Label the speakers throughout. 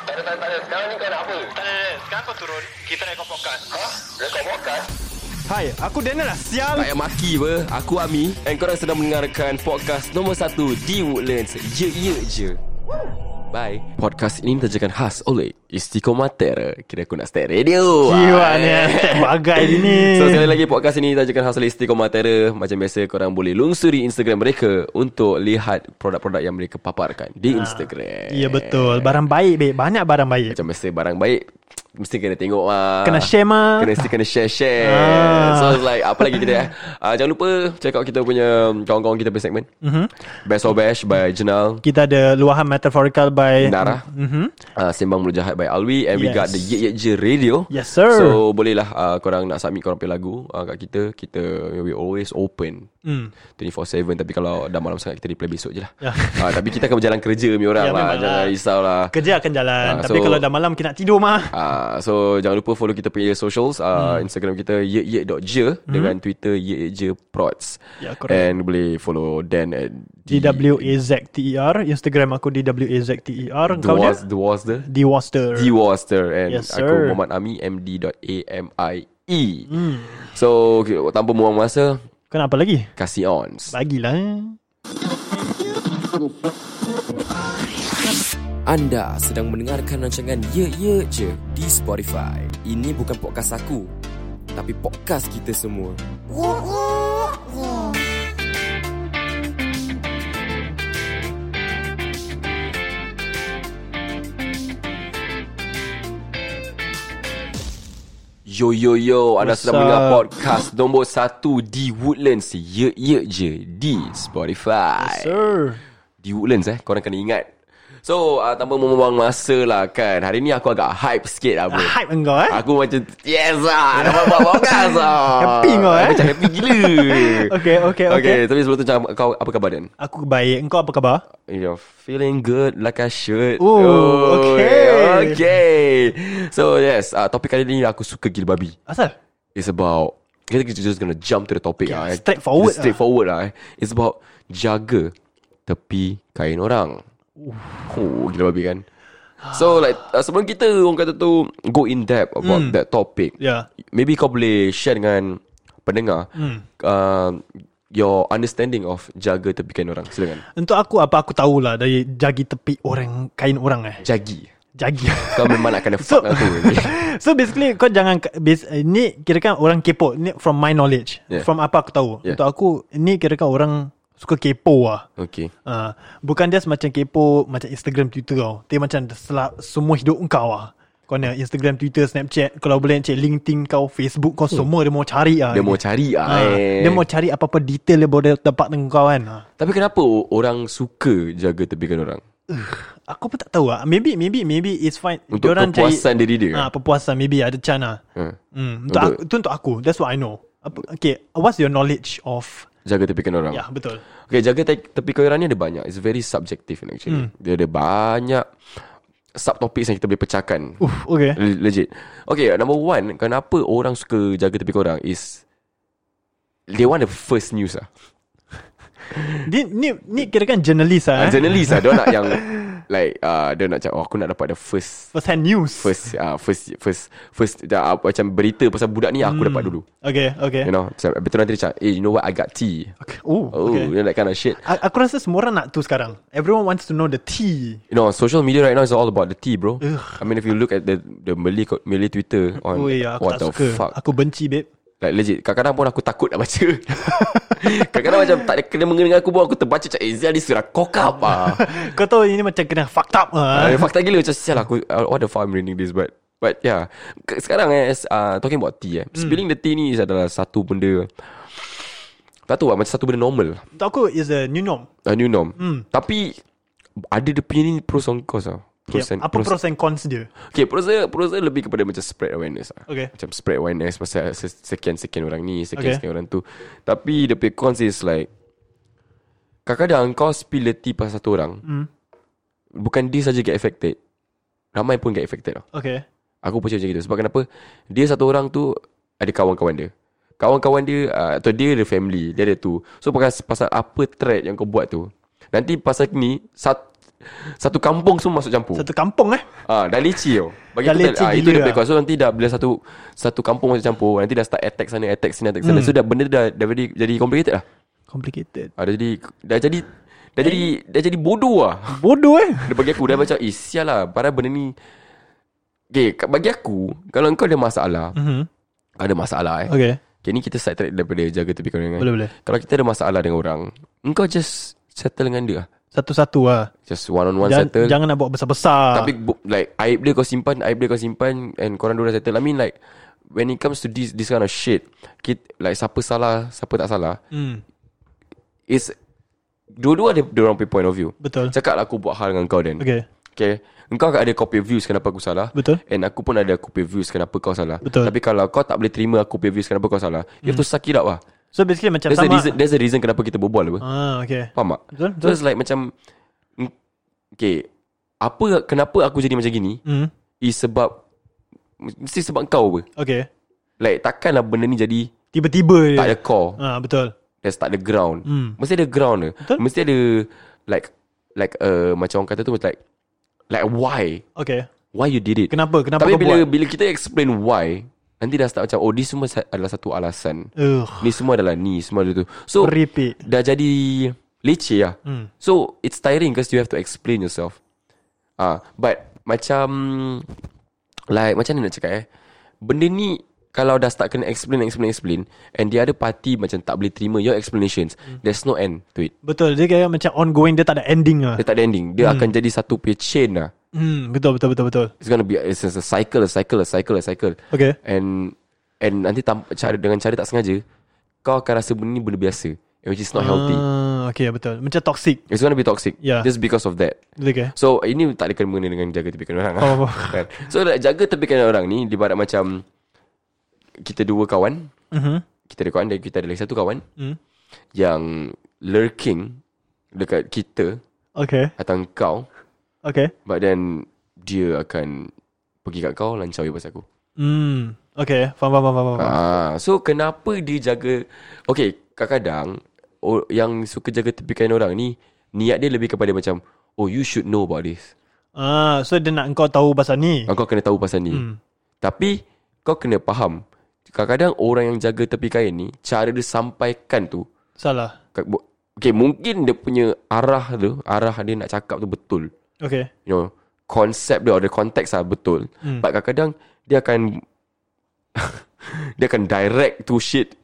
Speaker 1: Tak ada, tak ada, tak ada. Sekarang ni kau nak apa?
Speaker 2: Tak ada, tak ada. Sekarang kau turun. Kita rekod podcast.
Speaker 1: Ha? Rekod podcast?
Speaker 3: Hai, aku Daniel lah
Speaker 4: Tak
Speaker 3: Sial
Speaker 4: payah maki apa Aku Ami And korang sedang mendengarkan Podcast nombor 1 Di Woodlands Ye ye je Bye Podcast ini ditajakan khas oleh Istiqomatera Kira aku nak start radio Eh.
Speaker 3: Jiwanya Bagai ni
Speaker 4: So sekali lagi podcast ini ditajakan khas oleh Istiqomatera Macam biasa korang boleh lungsuri Instagram mereka Untuk lihat produk-produk yang mereka paparkan Di Instagram
Speaker 3: Ya betul Barang baik baik Banyak barang baik
Speaker 4: Macam biasa barang baik Mesti kena tengok lah
Speaker 3: Kena share mah
Speaker 4: Kena still kena share-share
Speaker 3: Ah.
Speaker 4: ah. So it's like Apa lagi kita eh uh, Jangan lupa Check out kita punya Kawan-kawan kita punya segmen mm-hmm. Best or Bash By Jenal
Speaker 3: Kita ada luahan metaphorical by
Speaker 4: Nara mm-hmm. uh, Sembang Mulut Jahat By Alwi And yes. we
Speaker 3: Yes.
Speaker 4: got the Ye Ye Je Radio
Speaker 3: Yes, sir.
Speaker 4: So bolehlah uh, Korang nak submit Korang punya lagu uh, Kat kita Kita We always open mm. 24-7 Tapi kalau dah malam sangat Kita replay besok je lah
Speaker 3: Ya.
Speaker 4: uh, Tapi kita akan berjalan kerja Mereka orang
Speaker 3: Ya,
Speaker 4: lah
Speaker 3: memang lah.
Speaker 4: Jangan risau lah
Speaker 3: Kerja akan jalan
Speaker 4: Ah,
Speaker 3: Tapi
Speaker 4: so-
Speaker 3: kalau dah malam Kita nak tidur mah
Speaker 4: Uh, so jangan lupa follow kita punya socials uh, hmm. Instagram kita ye.ye.je hmm. Dengan Twitter ye.je.prods
Speaker 3: Ya, correct. E.
Speaker 4: And boleh follow Dan at
Speaker 3: D-W-A-Z-T-E-R Instagram aku D-W-A-Z-T-E-R E Kau dia?
Speaker 4: The was the
Speaker 3: D-Waster
Speaker 4: The Waster And
Speaker 3: Yes, sir.
Speaker 4: aku Muhammad Ami MD.AMIE hmm. So okay, tanpa buang masa
Speaker 3: Kenapa lagi?
Speaker 4: Kasih ons
Speaker 3: Bagilah eh.
Speaker 4: Anda sedang mendengarkan rancangan Ye Ye Je di Spotify. Ini bukan podcast aku, tapi podcast kita semua. Yo yo yo, anda
Speaker 3: What's
Speaker 4: sedang mendengar
Speaker 3: up?
Speaker 4: podcast nombor 1 di Woodlands Ye Ye Je di Spotify.
Speaker 3: Sir
Speaker 4: Di Woodlands eh Korang kena ingat So uh, Tanpa membuang masa lah kan Hari ni aku agak hype sikit lah bro
Speaker 3: Hype engkau eh
Speaker 4: Aku macam Yes lah Dapat buat podcast lah
Speaker 3: Happy kau, eh?
Speaker 4: Aku macam happy gila
Speaker 3: Okay, okay, okay.
Speaker 4: Okay tapi sebelum tu macam Kau apa khabar Dan?
Speaker 3: Aku baik Engkau apa khabar?
Speaker 4: You're feeling good like I should
Speaker 3: Ooh, Oh, okay.
Speaker 4: Okay So yes uh, Topik kali ni aku suka gila babi
Speaker 3: Asal?
Speaker 4: It's about Kita kita just gonna jump to the topic lah eh.
Speaker 3: straight forward
Speaker 4: Straight forward lah eh. It's about Jaga Tepi kain orang Oh gila babi kan So like uh, Sebelum kita orang kata tu Go in depth about mm. that topic
Speaker 3: Ya
Speaker 4: Maybe kau boleh share dengan Pendengar
Speaker 3: Hmm.
Speaker 4: uh, Your understanding of Jaga tepi kain orang Silakan
Speaker 3: Untuk aku apa aku tahulah Dari jagi tepi orang Kain orang eh
Speaker 4: Jagi
Speaker 3: Jagi
Speaker 4: Kau memang nak kena
Speaker 3: So
Speaker 4: fuck lah aku ni.
Speaker 3: So basically kau jangan bas- ni kirakan orang kepo ni from my knowledge yeah.
Speaker 4: Yeah.
Speaker 3: from apa aku tahu. Yeah.
Speaker 4: Yeah.
Speaker 3: Untuk aku ni kirakan orang suka kepo lah.
Speaker 4: Okay
Speaker 3: Uh, bukan just macam kepo macam Instagram Twitter kau. Dia macam selap, semua hidup kau lah. Kau nak Instagram, Twitter, Snapchat Kalau boleh cek LinkedIn kau Facebook kau semua Dia mau cari lah
Speaker 4: Hmm. Dia mau cari lah
Speaker 3: Ah,
Speaker 4: eh.
Speaker 3: Dia mau cari apa-apa detail Dia boleh tempat dengan kau kan Ah.
Speaker 4: Tapi kenapa orang suka jaga tepi kain orang?
Speaker 3: Aku pun tak tahu lah Maybe Maybe maybe it's fine
Speaker 4: Untuk
Speaker 3: Diorang cari-
Speaker 4: kepuasan diri dia.
Speaker 3: Ah, Pepuasan maybe ada chance lah
Speaker 4: Hmm.
Speaker 3: Hmm, untuk aku,
Speaker 4: Untuk-
Speaker 3: itu untuk aku. That's what I know. Apa- Okay, what's your knowledge of?
Speaker 4: Jaga tepi kain orang.
Speaker 3: Ya, yeah, betul.
Speaker 4: Okay, jaga te- tepi kain orang ni ada banyak. It's very subjective actually.
Speaker 3: Hmm.
Speaker 4: Dia ada banyak subtopics yang kita boleh pecahkan.
Speaker 3: Uh, okay.
Speaker 4: Le- Legit. Okay, number one, kenapa orang suka jaga tepi kain orang is they want the first news ah.
Speaker 3: Ni ni ni kira kan jurnalis ah.
Speaker 4: Uh,
Speaker 3: Eh?
Speaker 4: journalist ah, dia nak yang like uh, dia nak cakap oh, aku nak dapat the first
Speaker 3: First hand news.
Speaker 4: first uh, first first first uh, macam berita pasal budak ni
Speaker 3: Hmm.
Speaker 4: aku dapat dulu.
Speaker 3: Okay, okay.
Speaker 4: You know, macam betul nanti dia cakap, "Eh, you know what? I got tea."
Speaker 3: okay. Oh,
Speaker 4: Oh,
Speaker 3: okay.
Speaker 4: you know that kind of shit.
Speaker 3: A- Aku rasa semua orang nak tu sekarang. Everyone wants to know the tea.
Speaker 4: You know, social media right now is all about the tea, bro. I mean, if you look at the the Malay co- Malay Twitter
Speaker 3: Oh,
Speaker 4: on
Speaker 3: ya, aku
Speaker 4: what
Speaker 3: tak
Speaker 4: the
Speaker 3: suka.
Speaker 4: fuck,
Speaker 3: Aku benci, babe.
Speaker 4: like legit. Kadang-kadang pun aku takut nak baca. Kadang-kadang macam tak ada kena mengena dengan aku pun aku terbaca cak Ezia ni surah kokap ah.
Speaker 3: Kau tahu ini macam kena fucked up ah.
Speaker 4: Uh, fakta gila macam sial aku uh, what the fuck I'm reading this but but yeah Ke- sekarang eh as- uh, talking about tea eh
Speaker 3: Hmm.
Speaker 4: spilling the tea ni is adalah satu benda tak tahu lah macam satu benda normal
Speaker 3: Untuk aku is a new norm.
Speaker 4: a new norm
Speaker 3: Hmm.
Speaker 4: tapi ada dia punya ni pros and cons tau
Speaker 3: Okay,
Speaker 4: pros and,
Speaker 3: apa pros and cons dia?
Speaker 4: Okay, pros dia, pros dia lebih kepada macam spread awareness lah.
Speaker 3: Okay.
Speaker 4: Macam spread awareness pasal se- sekian-sekian orang ni,
Speaker 3: Okay.
Speaker 4: sekian-sekian orang tu. Tapi the big cons is like, kadang-kadang kau spill the tea pasal satu orang,
Speaker 3: Hmm.
Speaker 4: mm. bukan dia saja get affected, ramai pun get affected tau.
Speaker 3: Okay.
Speaker 4: Aku percaya macam gitu. Sebab kenapa? Dia satu orang tu ada kawan-kawan dia. Kawan-kawan dia uh, atau dia ada family, dia ada tu. So pasal, pasal apa thread yang kau buat tu. Nanti pasal ni sat, Satu kampung semua masuk campur
Speaker 3: Satu kampung eh
Speaker 4: Ah, dah leci tau. Bagi
Speaker 3: Dah
Speaker 4: aku
Speaker 3: leceh
Speaker 4: ah, itu
Speaker 3: gila
Speaker 4: dia punya
Speaker 3: lah.
Speaker 4: cause. So nanti dah bila satu satu kampung macam campur, nanti dah start attack sana, attack sini, attack sana.
Speaker 3: Hmm.
Speaker 4: So dah benda tu dah, dah jadi, jadi complicated lah.
Speaker 3: Complicated
Speaker 4: Ah, dah jadi dah jadi dah jadi dah jadi bodoh lah.
Speaker 3: Bodoh eh
Speaker 4: Dia bagi aku dah macam Eh sial lah Padahal benda ni Okay k- Bagi aku Kalau kau ada masalah
Speaker 3: mm-hmm.
Speaker 4: Ada masalah eh
Speaker 3: Okay
Speaker 4: Okay ni kita side track Daripada jaga tepi kau dengan
Speaker 3: Boleh boleh
Speaker 4: Kalau kita ada masalah dengan orang Engkau just Settle dengan dia lah.
Speaker 3: Satu-satu lah
Speaker 4: Just one on one
Speaker 3: jangan,
Speaker 4: settle
Speaker 3: jangan nak buat besar-besar
Speaker 4: Tapi bu- like Aib dia kau simpan Aib dia kau simpan And korang dua dah settle I mean like When it comes to this This kind of shit kita, Like siapa salah Siapa tak salah
Speaker 3: hmm,
Speaker 4: It's Dua-dua ada Diorang punya point of view
Speaker 3: Betul
Speaker 4: Cakap lah aku buat hal dengan kau then
Speaker 3: Okay
Speaker 4: Okay Engkau akan ada copy views Kenapa aku salah
Speaker 3: Betul
Speaker 4: And aku pun ada aku punya views Kenapa kau salah
Speaker 3: Betul.
Speaker 4: Tapi kalau kau tak boleh terima Aku punya views Kenapa kau salah You have to suck it up lah
Speaker 3: So basically macam
Speaker 4: There's a
Speaker 3: sama
Speaker 4: reason There's a reason kenapa kita berbual apa
Speaker 3: Ah, okay
Speaker 4: Faham tak
Speaker 3: Betul
Speaker 4: So
Speaker 3: betul
Speaker 4: it's like macam mm, Okay Apa Kenapa aku jadi macam gini
Speaker 3: hmm.
Speaker 4: Is sebab Mesti sebab kau apa
Speaker 3: Okay
Speaker 4: Like takkanlah benda ni jadi
Speaker 3: Tiba-tiba je
Speaker 4: Tak ada core
Speaker 3: ah, Betul
Speaker 4: There's tak ada ground
Speaker 3: Hmm.
Speaker 4: Mesti ada ground dia
Speaker 3: Betul.
Speaker 4: Mesti ada Like Like uh, Macam orang kata tu Like Like why
Speaker 3: Okay
Speaker 4: Why you did it
Speaker 3: Kenapa Kenapa
Speaker 4: Tapi
Speaker 3: kau
Speaker 4: bila
Speaker 3: buat
Speaker 4: bila kita explain why, nanti dah start macam oh ni semua sa- adalah satu alasan.
Speaker 3: Ugh,
Speaker 4: Ni semua adalah ni, semua adalah tu. So
Speaker 3: Repeat
Speaker 4: dah jadi leceh lah.
Speaker 3: Hmm.
Speaker 4: So it's tiring because you have to explain yourself. Ah, but macam like macam mana nak cakap eh? Benda ni kalau dah start kena explain explain explain and the other party macam tak boleh terima your explanations,
Speaker 3: Hmm.
Speaker 4: there's no end to it.
Speaker 3: Betul Dia kira macam ongoing Dia tak ada ending lah
Speaker 4: Dia tak ada ending. Dia akan jadi satu punya chain lah.
Speaker 3: hmm, Betul betul betul betul
Speaker 4: It's gonna be it's, it's a cycle, a cycle, a cycle, a cycle.
Speaker 3: Okay
Speaker 4: And And nanti tam, cara, dengan cara tak sengaja Kau akan rasa benda ni benda biasa Which is not healthy
Speaker 3: ah, Okay betul Macam toxic
Speaker 4: It's gonna be toxic
Speaker 3: Yeah.
Speaker 4: Just because of that
Speaker 3: Okay
Speaker 4: So ini tak ada kena dengan jaga tepi kanan orang
Speaker 3: Oh.
Speaker 4: Kan? So like, jaga tepi kanan orang ni Dia ibarat macam Kita dua kawan
Speaker 3: mm-hmm.
Speaker 4: Kita ada kawan Dan kita ada lagi satu kawan
Speaker 3: Hmm.
Speaker 4: Yang lurking Dekat kita
Speaker 3: Okay
Speaker 4: Atau kau
Speaker 3: Okay
Speaker 4: But then Dia akan Pergi kat kau Lancar je pasal aku
Speaker 3: Hmm. Okay, faham, faham, faham, faham. faham.
Speaker 4: Ah, so kenapa dia jaga Okay kadang-kadang oh, Yang suka jaga tepi kain orang ni Niat dia lebih kepada macam Oh you should know about this
Speaker 3: Ah, so dia nak kau tahu pasal ni.
Speaker 4: Ah, Kau kena tahu pasal ni
Speaker 3: Hmm.
Speaker 4: Tapi kau kena faham Kadang-kadang orang yang jaga tepi kain ni Cara dia sampaikan tu
Speaker 3: Salah.
Speaker 4: ka- bu- Okay mungkin dia punya arah tu Arah dia nak cakap tu betul
Speaker 3: Okay.
Speaker 4: You know Konsep dia or the context lah betul
Speaker 3: Hmm.
Speaker 4: But kadang-kadang Dia akan Dia akan direct to shit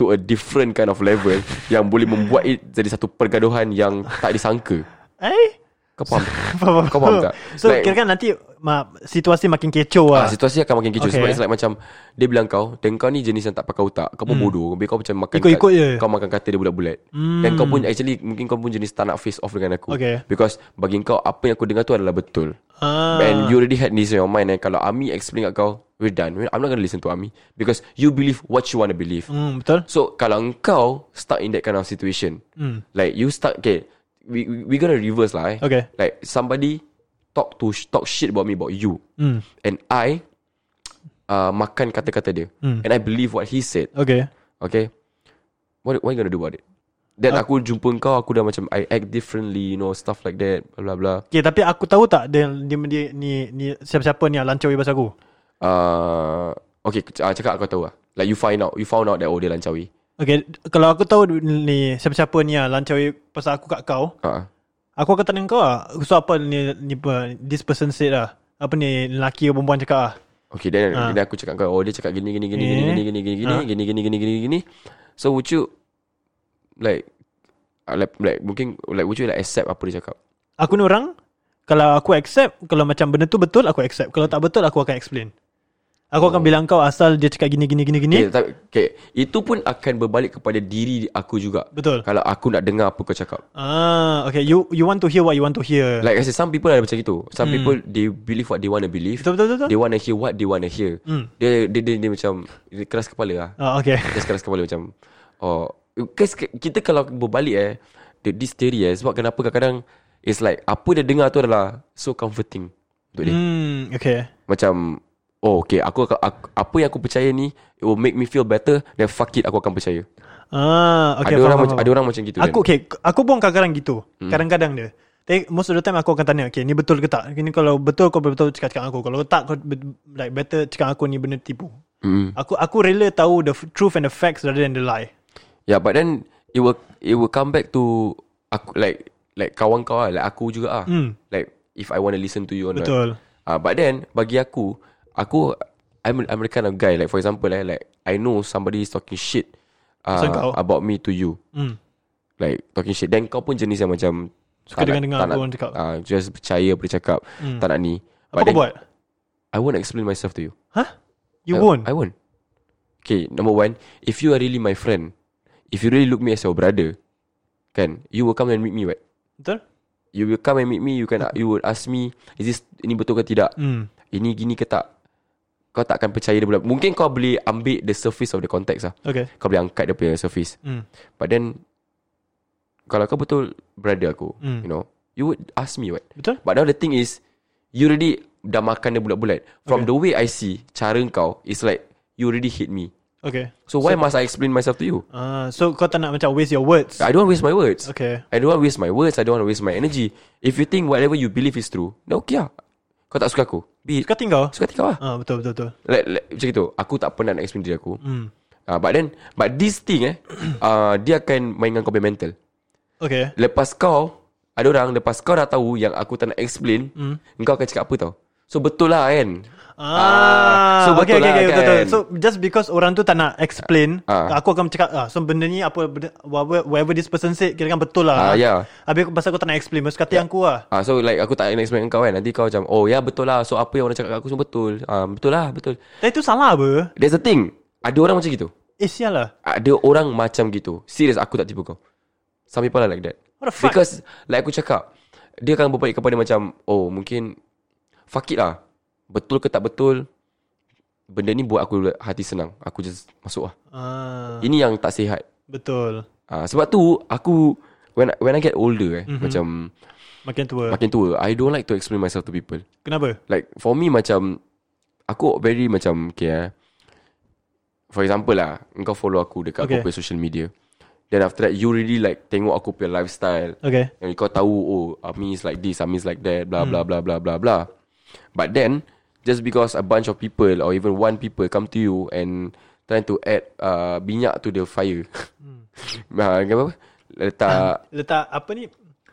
Speaker 4: To a different kind of level Yang boleh membuat it Jadi satu pergaduhan Yang tak disangka
Speaker 3: Eh?
Speaker 4: Kau faham?
Speaker 3: Faham,
Speaker 4: Kau faham tak?
Speaker 3: So,
Speaker 4: Like-
Speaker 3: kira kan nanti ma, situasi makin kecoh
Speaker 4: Ah,
Speaker 3: lah.
Speaker 4: situasi akan makin kecoh
Speaker 3: Okay. eh.
Speaker 4: Sebab it's like macam Dia bilang kau Dan kau ni jenis yang tak pakai otak Kau pun bodoh Habis kau macam makan
Speaker 3: Hmm. Ikut-ikut
Speaker 4: kat-
Speaker 3: je. Hmm.
Speaker 4: Kau makan kata dia bulat-bulat Dan kau pun actually Mungkin kau pun jenis tak nak face off dengan aku
Speaker 3: Okay.
Speaker 4: Because bagi kau Apa yang aku dengar tu adalah betul
Speaker 3: ah.
Speaker 4: And you already had this in your mind And kalau Ami explain kat kau We're done I'm not gonna listen to Ami Because you believe what you want to believe
Speaker 3: Hmm, betul?
Speaker 4: So kalau engkau stuck in that kind of situation,
Speaker 3: Hmm.
Speaker 4: like you stuck, okay, we we we gonna reverse lah. Eh.
Speaker 3: Okay.
Speaker 4: Like somebody talk to talk shit about me about you,
Speaker 3: Hmm.
Speaker 4: and I uh, makan kata-kata dia,
Speaker 3: Hmm.
Speaker 4: and I believe what he said.
Speaker 3: Okay.
Speaker 4: Okay, what what you gonna do about it? Then
Speaker 3: Uh.
Speaker 4: aku jumpa kau, aku dah macam I act differently, you know, stuff like that, blah blah blah.
Speaker 3: Okay, tapi aku tahu tak dia, dia, dia ni, ni siapa-siapa ni yang lancawi pasal aku?
Speaker 4: Uh, okay, c- ah, cakap aku tahu lah. Like you find out, you found out that oh dia lancawi.
Speaker 3: Okay, kalau aku tahu ni siapa-siapa ni yang lancawi pasal aku kat kau,
Speaker 4: Ah,
Speaker 3: aku akan tanya kau lah. So, apa ni, ni apa, this person said lah. Apa ni, lelaki ke perempuan cakap lah.
Speaker 4: Okay then,
Speaker 3: Ah.
Speaker 4: then aku cakap kau Oh dia cakap gini gini gini
Speaker 3: Eh.
Speaker 4: gini gini gini gini gini
Speaker 3: Ah.
Speaker 4: gini gini gini gini gini So would you Like uh, Like, like mungkin like would you like accept apa dia cakap
Speaker 3: Aku ni orang Kalau aku accept Kalau macam benda tu betul Aku accept Kalau tak betul Aku akan explain Aku
Speaker 4: Oh.
Speaker 3: akan bilang kau Asal dia cakap gini gini gini gini
Speaker 4: okay, tak, Eh, okay. Itu pun akan berbalik kepada diri aku juga
Speaker 3: Betul
Speaker 4: Kalau aku nak dengar apa kau cakap
Speaker 3: Ah, Okay you you want to hear What you want to hear
Speaker 4: Like I said some people ada macam itu Some people they believe what they want to believe
Speaker 3: Hmm. Betul betul betul, Hmm.
Speaker 4: They
Speaker 3: betul?
Speaker 4: want to hear what they want to hear dia, dia, dia, dia macam dia Keras kepala lah
Speaker 3: Ah, Okay
Speaker 4: Just keras kepala macam Oh Cause ke- kita kalau berbalik eh the- This theory eh Sebab kenapa kadang-kadang It's like Apa dia dengar tu adalah So comforting Untuk dia
Speaker 3: Hmm Okay
Speaker 4: Macam Oh okay aku, aku, aku Apa yang aku percaya ni It will make me feel better Then fuck it Aku akan percaya
Speaker 3: Ah, okay,
Speaker 4: ada,
Speaker 3: faham, faham,
Speaker 4: orang macam, Hmm.
Speaker 3: faham.
Speaker 4: ada orang macam gitu kan.
Speaker 3: Aku okay Aku pun kadang-kadang gitu Kadang-kadang dia Tapi most of the time aku akan tanya Okay ni betul ke tak Ini kalau betul kau betul cakap cakap aku Kalau tak kau be- like better cakap aku ni benda tipu
Speaker 4: Hmm.
Speaker 3: mm. Aku aku rela tahu the f- truth and the facts rather than the lie
Speaker 5: Yeah,
Speaker 4: Ya,
Speaker 5: but then it will it will come back to aku like like kawan kau lah, like aku juga ah. Mm. Like if I want to listen to you or not.
Speaker 3: Hmm. Betul
Speaker 5: Ah, uh, but then bagi aku, aku I'm I'm the kind of guy like for example eh, like I know somebody is talking shit
Speaker 4: Ah,
Speaker 3: Pasal
Speaker 5: uh,
Speaker 3: kau.
Speaker 5: about me to you.
Speaker 3: Hmm.
Speaker 5: Like talking shit. Then kau pun jenis yang macam tak
Speaker 3: Suka
Speaker 5: nak-
Speaker 3: dengar-dengar
Speaker 5: tak nak-
Speaker 3: apa orang cakap.
Speaker 5: Ah, just percaya apa dia cakap. Tak nak ni.
Speaker 3: Apa kau buat?
Speaker 5: I won't explain myself to you.
Speaker 3: Huh?
Speaker 5: I,
Speaker 3: You won't?
Speaker 5: I won't. Okay, number one, if you are really my friend, if you really look me as your brother, kan, you will come and meet me, right?
Speaker 3: Betul?
Speaker 5: You will come and meet me, you can you would ask me, is this ini betul ke tidak?
Speaker 3: Hmm.
Speaker 5: Ini gini ke tak? Kau tak akan percaya dia pula. Mungkin kau boleh ambil the surface of the context lah.
Speaker 3: Okay
Speaker 5: Kau boleh angkat dia punya surface.
Speaker 3: Hmm.
Speaker 5: But then, kalau kau betul brother aku,
Speaker 3: Hmm.
Speaker 5: you know, you would ask me, right?
Speaker 3: Betul?
Speaker 5: But now the thing is You already Dah makan dia bulat-bulat From okay.
Speaker 3: Okay.
Speaker 5: the way I see Cara kau It's like You already hate me
Speaker 3: Okay
Speaker 5: So why so, must I explain myself to you
Speaker 3: uh, So kau tak nak macam waste your words
Speaker 5: I don't want waste my words
Speaker 3: Okay
Speaker 5: I don't want waste my words I don't want waste my energy If you think whatever you believe is true Then okay lah Kau tak suka aku Be it
Speaker 3: Suka tinggal?
Speaker 5: Suka hati kau lah
Speaker 3: Ah, betul betul betul.
Speaker 5: like, like, Macam itu Aku tak pernah nak explain diri aku
Speaker 3: Hmm.
Speaker 5: uh, But then But this thing eh uh, Dia akan mainkan kau punya mental
Speaker 3: Okay.
Speaker 5: Lepas kau Ada orang Lepas kau dah tahu Yang aku tak nak explain
Speaker 3: Hmm.
Speaker 5: mm. Kau akan cakap apa tau So betul lah kan
Speaker 3: Ah,
Speaker 5: so
Speaker 3: okay,
Speaker 5: betul
Speaker 3: okay,
Speaker 5: lah,
Speaker 3: okay, betul,
Speaker 5: kan?
Speaker 3: betul. So just because orang tu tak nak explain,
Speaker 5: Ah.
Speaker 3: aku akan cakap ah, so benda ni apa benda- whatever, whatever this person said kira kan betul lah.
Speaker 5: Ah, yeah.
Speaker 3: Habis aku- pasal kau tak nak explain, mesti kata yang aku lah.
Speaker 5: Ah, so like aku tak nak explain dengan kau kan Nanti kau macam Oh ya betul lah So apa yang orang cakap kat aku semua betul ah, Betul lah betul
Speaker 3: Tapi itu salah apa?
Speaker 5: That's the thing Ada orang macam gitu
Speaker 3: Eh sial lah.
Speaker 5: Ada orang macam gitu Serius aku tak tipu kau Some people are like that
Speaker 3: What the fuck?
Speaker 5: Because like aku cakap Dia akan berbalik kepada macam Oh mungkin Fuck it lah Betul ke tak betul Benda ni buat aku hati senang Aku just masuk lah
Speaker 3: Ah,
Speaker 5: Ini yang tak sihat
Speaker 3: betul.
Speaker 5: ah, Sebab tu aku When I, when I get older eh, mm-hmm. Macam
Speaker 3: Makin tua.
Speaker 5: Makin tua I don't like to explain myself to people
Speaker 3: Kenapa?
Speaker 5: Like for me macam Aku very macam Okay eh For example lah Engkau follow aku Dekat okay.
Speaker 3: Okay.
Speaker 5: aku punya social media Then after that You really like Tengok aku punya lifestyle
Speaker 3: Okay.
Speaker 5: And kau tahu Oh Ami is like this Ami is like that Blah blah blah blah blah blah But then Just because a bunch of people Or even one people Come to you And Trying to add uh, Minyak to the fire Ah, Apa Letak
Speaker 3: Letak apa ni?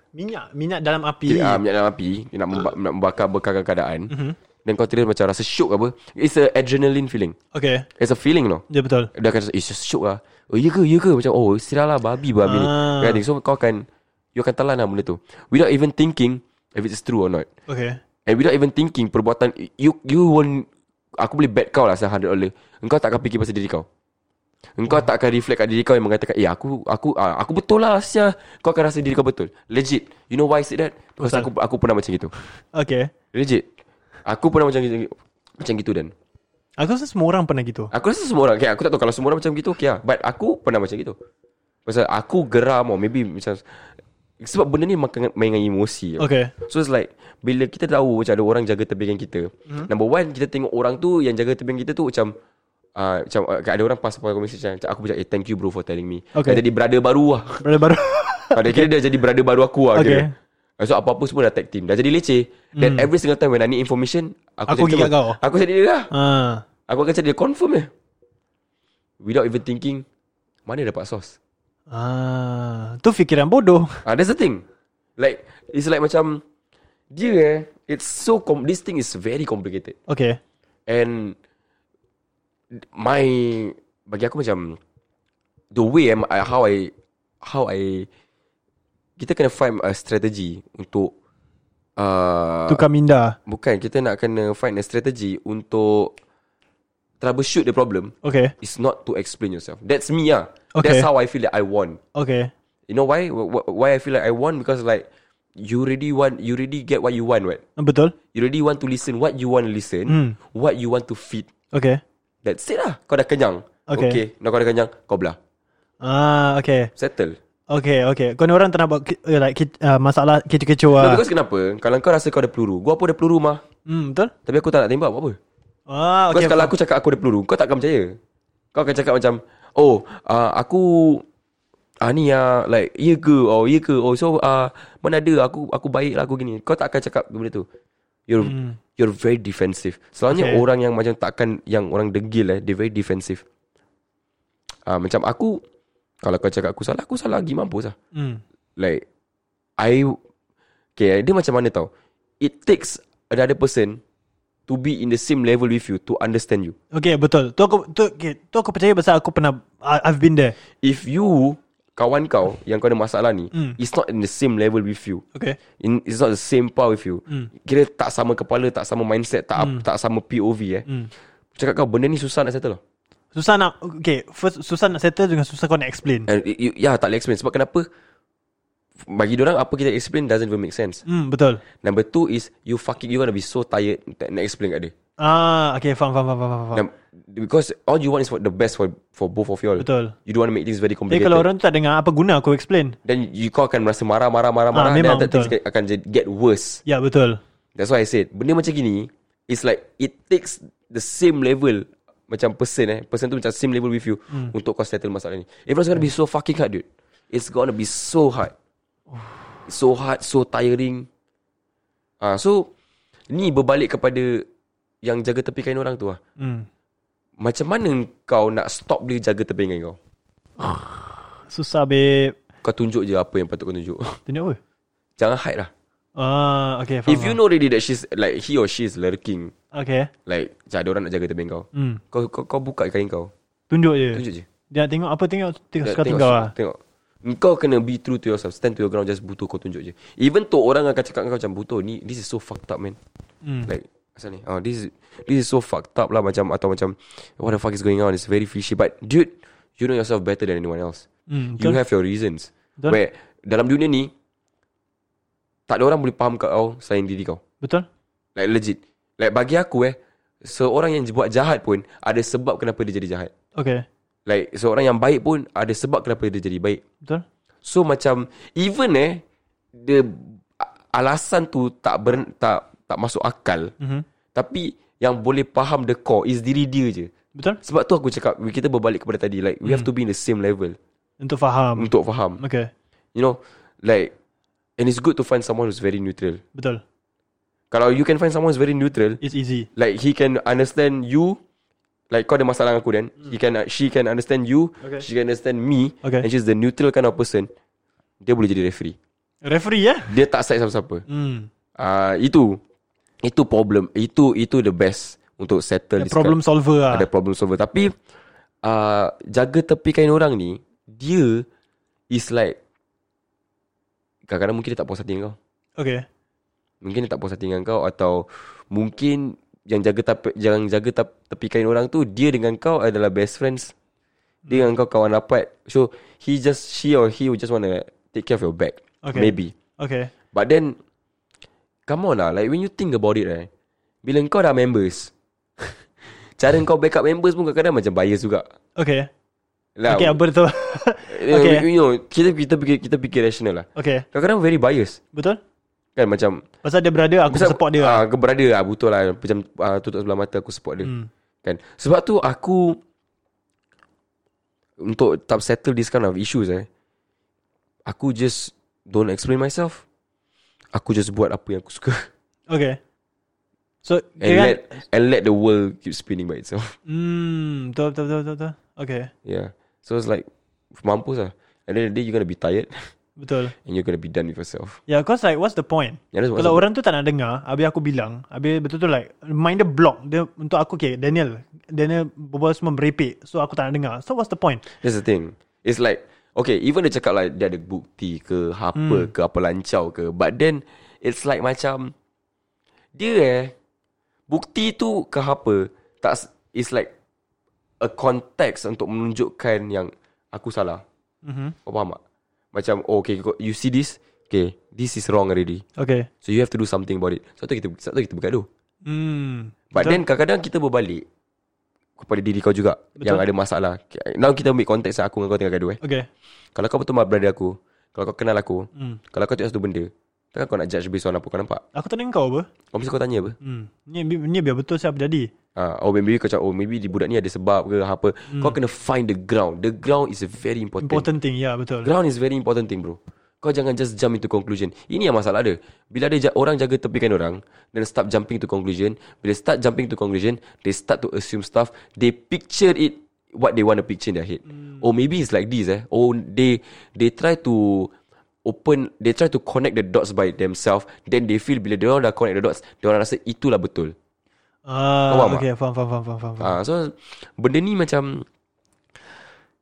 Speaker 3: Minyak, minyak dalam api.
Speaker 5: yeah. uh, minyak dalam api dia nak, memba- nak membakar bekalkan keadaan mm-hmm. dan kau terus macam rasa syok apa it's a adrenaline feeling
Speaker 3: Okay.
Speaker 5: it's a feeling no
Speaker 3: Ya betul.
Speaker 5: dia akan rasa it's just syok lah oh iya ke iya ke macam oh sirah lah babi babi ni
Speaker 3: Ah.
Speaker 5: Kan, so kau akan you akan telan lah benda tu without even thinking if it's true or not
Speaker 3: Okay.
Speaker 5: and without even thinking perbuatan you you won't aku boleh bet kau lah sah $100 engkau tak akan fikir pasal diri kau Engkau tak akan reflect kat diri kau yang mengatakan Eh aku aku ah, aku betul lah Asia Kau akan rasa diri kau betul Legit You know why I said that? Because
Speaker 3: Pasal?
Speaker 5: aku, aku pernah macam gitu
Speaker 3: Okay.
Speaker 5: Legit Aku pernah macam gitu Macam gitu dan
Speaker 3: Aku rasa semua orang pernah gitu.
Speaker 5: Aku rasa semua orang okay, Aku tak tahu kalau semua orang macam gitu okay, lah. But aku pernah macam gitu Pasal aku geram or maybe macam Sebab benda ni makan, main dengan emosi tau.
Speaker 3: Okay.
Speaker 5: So it's like Bila kita tahu macam ada orang jaga tebingan kita mm-hmm.
Speaker 3: Hmm.
Speaker 5: Number one Kita tengok orang tu Yang jaga tebingan kita tu macam uh, Macam uh, ada orang pas Pas komen macam Aku macam eh thank you bro for telling me
Speaker 3: Okay.
Speaker 5: Dah jadi brother baru lah
Speaker 3: Brother baru.
Speaker 5: Pada okay. kira dia jadi brother baru aku lah
Speaker 3: Okay. Hmm.
Speaker 5: okay. kira. So apa-apa semua dah tag team Dah jadi leceh Then every single time When I need information
Speaker 3: Aku
Speaker 5: cari
Speaker 3: pergi kat
Speaker 5: kau.
Speaker 3: kau.
Speaker 5: Aku cari dia lah
Speaker 3: ah.
Speaker 5: Aku akan cari dia confirm je Without even thinking Mana dapat sos
Speaker 3: Ah, tu fikiran bodoh.
Speaker 5: Ah, That's the thing Like It's like macam Dia eh It's so com- This thing is very complicated
Speaker 3: Okay.
Speaker 5: And My Bagi aku macam The way I'm, I, How I How I Kita kena find a strategy Untuk uh,
Speaker 3: Tukar minda.
Speaker 5: Bukan Kita nak kena find a strategy Untuk Troubleshoot the problem
Speaker 3: Okay.
Speaker 5: It's not to explain yourself That's me ah.
Speaker 3: Okay.
Speaker 5: That's how I feel that I want
Speaker 3: Okay.
Speaker 5: You know why Wh- wh- Why I feel like I want Because like You already want You already get what you want right
Speaker 3: Betul?
Speaker 5: You already want to listen What you want to listen
Speaker 3: Hmm.
Speaker 5: What you want to feed
Speaker 3: Okay.
Speaker 5: That's it lah Kau dah kenyang
Speaker 3: Okay.
Speaker 5: okay. Now kau dah kenyang Kau belah
Speaker 3: Ah, okay.
Speaker 5: Settle
Speaker 3: Okay, okay. Kau ni orang tak nak buat ki- eh, like, ki- uh, masalah kecoh-kecoh
Speaker 5: uh.
Speaker 3: lah.
Speaker 5: Because kenapa Kalau kau rasa kau ada peluru Gua pun ada peluru mah
Speaker 3: Hmm, betul?
Speaker 5: Tapi aku tak nak tembak buat apa
Speaker 3: Ah,
Speaker 5: Because
Speaker 3: okay.
Speaker 5: okay, kalau aku cakap aku ada peluru Kau tak akan percaya Kau akan cakap macam Oh uh, Aku ah ni ah like ya ke oh ya ke oh so ah mana ada aku aku baik lah aku gini. Kau tak akan cakap benda tu. You're mm. you're very defensive. Selalunya
Speaker 3: Hmm. Okay.
Speaker 5: okay. orang yang macam takkan yang orang degil eh, they very defensive. Ah macam aku kalau kau cakap aku salah, aku salah lagi mampus lah.
Speaker 3: Hmm.
Speaker 5: Like I Okay dia macam mana tau It takes another person To be in the same level with you To understand you
Speaker 3: Okay betul Tu aku tu, okay, tu aku percaya Pasal aku pernah I- I've been there
Speaker 5: If you Kawan kau Yang kau ada masalah ni
Speaker 3: Mm.
Speaker 5: It's not in the same level with you
Speaker 3: Okay
Speaker 5: in, It's not the same power with you Kira tak sama kepala Tak sama mindset Tak tak sama POV eh Cakap kau benda ni susah nak settle tau
Speaker 3: Susah nak Okay First susah nak settle Dengan susah kau nak explain
Speaker 5: And it- you, Ya tak boleh explain Sebab kenapa Bagi orang Apa kita explain Doesn't even make sense
Speaker 3: Hmm betul
Speaker 5: Number two is You fucking You gonna be so tired tak- Nak explain kat dia
Speaker 3: Ah okay faham faham faham faham, faham.
Speaker 5: Nam- Because all you want is for the best for for both of you all.
Speaker 3: Betul.
Speaker 5: You don't want to make things very
Speaker 3: Tapi
Speaker 5: complicated.
Speaker 3: kalau orang tu tak dengar Apa guna aku explain
Speaker 5: then you kau akan merasa marah marah marah marah
Speaker 3: Ah, memang
Speaker 5: then
Speaker 3: betul.
Speaker 5: things akan- akan jadi get worse.
Speaker 3: Ya betul
Speaker 5: That's why I said benda macam gini it's like it takes the same level macam person eh person tu macam same level with you
Speaker 3: Hmm.
Speaker 5: untuk kau settle masalah ni. Everyone's gonna be so fucking hard dude. It's gonna be so hard. So hard, so tiring. Ah, so ni berbalik kepada yang jaga tepi kain orang tu ah.
Speaker 3: Hmm
Speaker 5: Macam mana kau nak stop dia jaga tepi kain kau?
Speaker 3: Susah babe
Speaker 5: Kau tunjuk je apa yang patut kau tunjuk.
Speaker 3: Tunjuk apa
Speaker 5: Jangan hide lah.
Speaker 3: Ah okay faham
Speaker 5: If you know already that she's like he or she is lurking,
Speaker 3: Okay
Speaker 5: like macam ada orang nak jaga tebing kau.
Speaker 3: Hmm
Speaker 5: Kau kau, kau buka kain kau.
Speaker 3: Tunjuk je
Speaker 5: Tunjuk je.
Speaker 3: Dia nak tengok apa tengok Tengok
Speaker 5: Tengok-
Speaker 3: suka tinggal lah
Speaker 5: Tengok. Kau kena be true to yourself. Stand to your ground just butuh kau tunjuk je. Even tu orang akan cakap kau macam butuh ni this is so fucked up man.
Speaker 3: Hmm.
Speaker 5: Like asal ni. Oh this is this is so fucked up lah macam atau macam what the fuck is going on? It's very fishy but dude, you know yourself better than anyone else.
Speaker 3: Hmm
Speaker 5: You
Speaker 3: betul.
Speaker 5: have your reasons
Speaker 3: Betul.
Speaker 5: Where Dalam dunia ni Tak ada orang boleh faham kau Selain diri kau
Speaker 3: Betul
Speaker 5: Like legit Like bagi aku eh Seorang yang buat jahat pun Ada sebab kenapa dia jadi jahat
Speaker 3: Okay
Speaker 5: Like seorang yang baik pun Ada sebab kenapa dia jadi baik
Speaker 3: Betul
Speaker 5: So macam Even eh The a- Alasan tu tak ber, tak tak masuk akal
Speaker 3: Mhm.
Speaker 5: Tapi Yang boleh faham the core Is diri dia je
Speaker 3: Betul
Speaker 5: Sebab tu aku cakap Kita berbalik kepada tadi Like we have to be in the same level
Speaker 3: Untuk faham
Speaker 5: Untuk faham
Speaker 3: Okay
Speaker 5: You know Like And it's good to find someone who's very neutral
Speaker 3: Betul
Speaker 5: Kalau you can find someone who's very neutral
Speaker 3: It's easy
Speaker 5: Like he can understand you Like kau ada masalah dengan aku then He can She can understand you
Speaker 3: Okay.
Speaker 5: She can understand me
Speaker 3: Okay.
Speaker 5: And she's the neutral kind of person Dia boleh jadi referee
Speaker 3: Referee eh
Speaker 5: Dia tak side siapa-siapa
Speaker 3: Hmm
Speaker 5: Ah Itu Itu problem Itu itu the best Untuk settle this
Speaker 3: Problem solver lah
Speaker 5: ada problem solver tapi uh, jaga tepi kain orang ni dia is like kadang-kadang mungkin dia tak puas hati dengan kau
Speaker 3: Okay
Speaker 5: mungkin dia tak puas hati dengan kau atau mungkin yang jaga tepi yang jaga tep- tepi kain orang tu dia dengan kau adalah best friends dia
Speaker 3: Hmm.
Speaker 5: dengan kau kawan rapat so he just she or he will just wanna take care of your back
Speaker 3: Okay.
Speaker 5: maybe
Speaker 3: Okay
Speaker 5: But then Come on lah Like when you think about it right Bila kau dah members Cara kau backup members pun Kadang-kadang macam bias juga
Speaker 3: Okay
Speaker 5: lah,
Speaker 3: Okay apa betul
Speaker 5: eh,
Speaker 3: Okay
Speaker 5: You know Kita kita fikir, kita fikir rational lah
Speaker 3: Okay
Speaker 5: Kadang-kadang very bias
Speaker 3: Betul
Speaker 5: Kan macam
Speaker 3: Pasal dia berada Aku
Speaker 5: Pasal-
Speaker 3: support dia lah
Speaker 5: Ah, Aku berada lah Betul lah Macam ah, tutup sebelah mata Aku support dia hmm. Kan Sebab tu aku Untuk tak settle This kind of issues eh Aku just Don't explain myself Aku just buat apa yang aku suka
Speaker 3: Okay So kan-
Speaker 5: And
Speaker 3: kira
Speaker 5: let And let the world Keep spinning by itself
Speaker 3: Hmm Betul betul betul betul, betul Okay
Speaker 5: Yeah So it's like Mampus lah At the end of the day You're gonna be tired
Speaker 3: Betul
Speaker 5: And you're gonna be done with yourself
Speaker 3: Yeah cause like What's the point
Speaker 5: yeah, that's what-
Speaker 3: Kalau orang tu tak nak dengar Habis aku bilang Habis betul-betul like Mind dia block Dia untuk aku okay Daniel Daniel berbual semua merepek So aku tak nak dengar So what's the point
Speaker 5: That's the thing It's like Okay even dia cakap like Dia ada bukti ke Apa ke Apa lancau ke But then It's like macam Dia eh Bukti tu ke apa Tak s- It's like A context Untuk menunjukkan yang Aku salah
Speaker 3: Mhm.
Speaker 5: Kau faham tak? Macam oh, Okay kau- you see this Okay This is wrong already
Speaker 3: Okay
Speaker 5: So you have to do something about it. Satu kita satu kita bergaduh.
Speaker 3: Hmm
Speaker 5: But
Speaker 3: Betul.
Speaker 5: Betul. then kadang-kadang kita berbalik kepada diri kau juga Betul. yang ada masalah. Now kita ambil konteks yang aku dengan kau tengah gaduh eh.
Speaker 3: Okay
Speaker 5: Kalau kau betul brother aku, kalau kau kenal aku, mm. kalau kau tengok satu benda, takkan kau nak judge based on apa kau nampak.
Speaker 3: Aku tanya kau apa
Speaker 5: Kau mesti kau tanya apa?
Speaker 3: Hmm Ni, ni biar betul siapa jadi
Speaker 5: Ah, Uh, or maybe kau cakap Oh maybe di budak ni ada sebab ke apa hmm. Kau kena find the ground The ground is a very important,
Speaker 3: Important thing Ya yeah, betul
Speaker 5: Ground is very important thing bro Kau jangan just jump into conclusion Ini yang masalah dia Bila ada ja- orang jaga tepikan orang Then start jumping to conclusion Bila start jumping to conclusion They start to assume stuff They picture it What they want to picture in their head mm. Or maybe it's like this eh Or they They try to Open They try to connect the dots by themselves Then they feel Bila dia orang dah connect the dots Dia orang rasa itulah betul Kau faham
Speaker 3: Ah, Okay faham faham faham faham, faham.
Speaker 5: Ah, so benda ni macam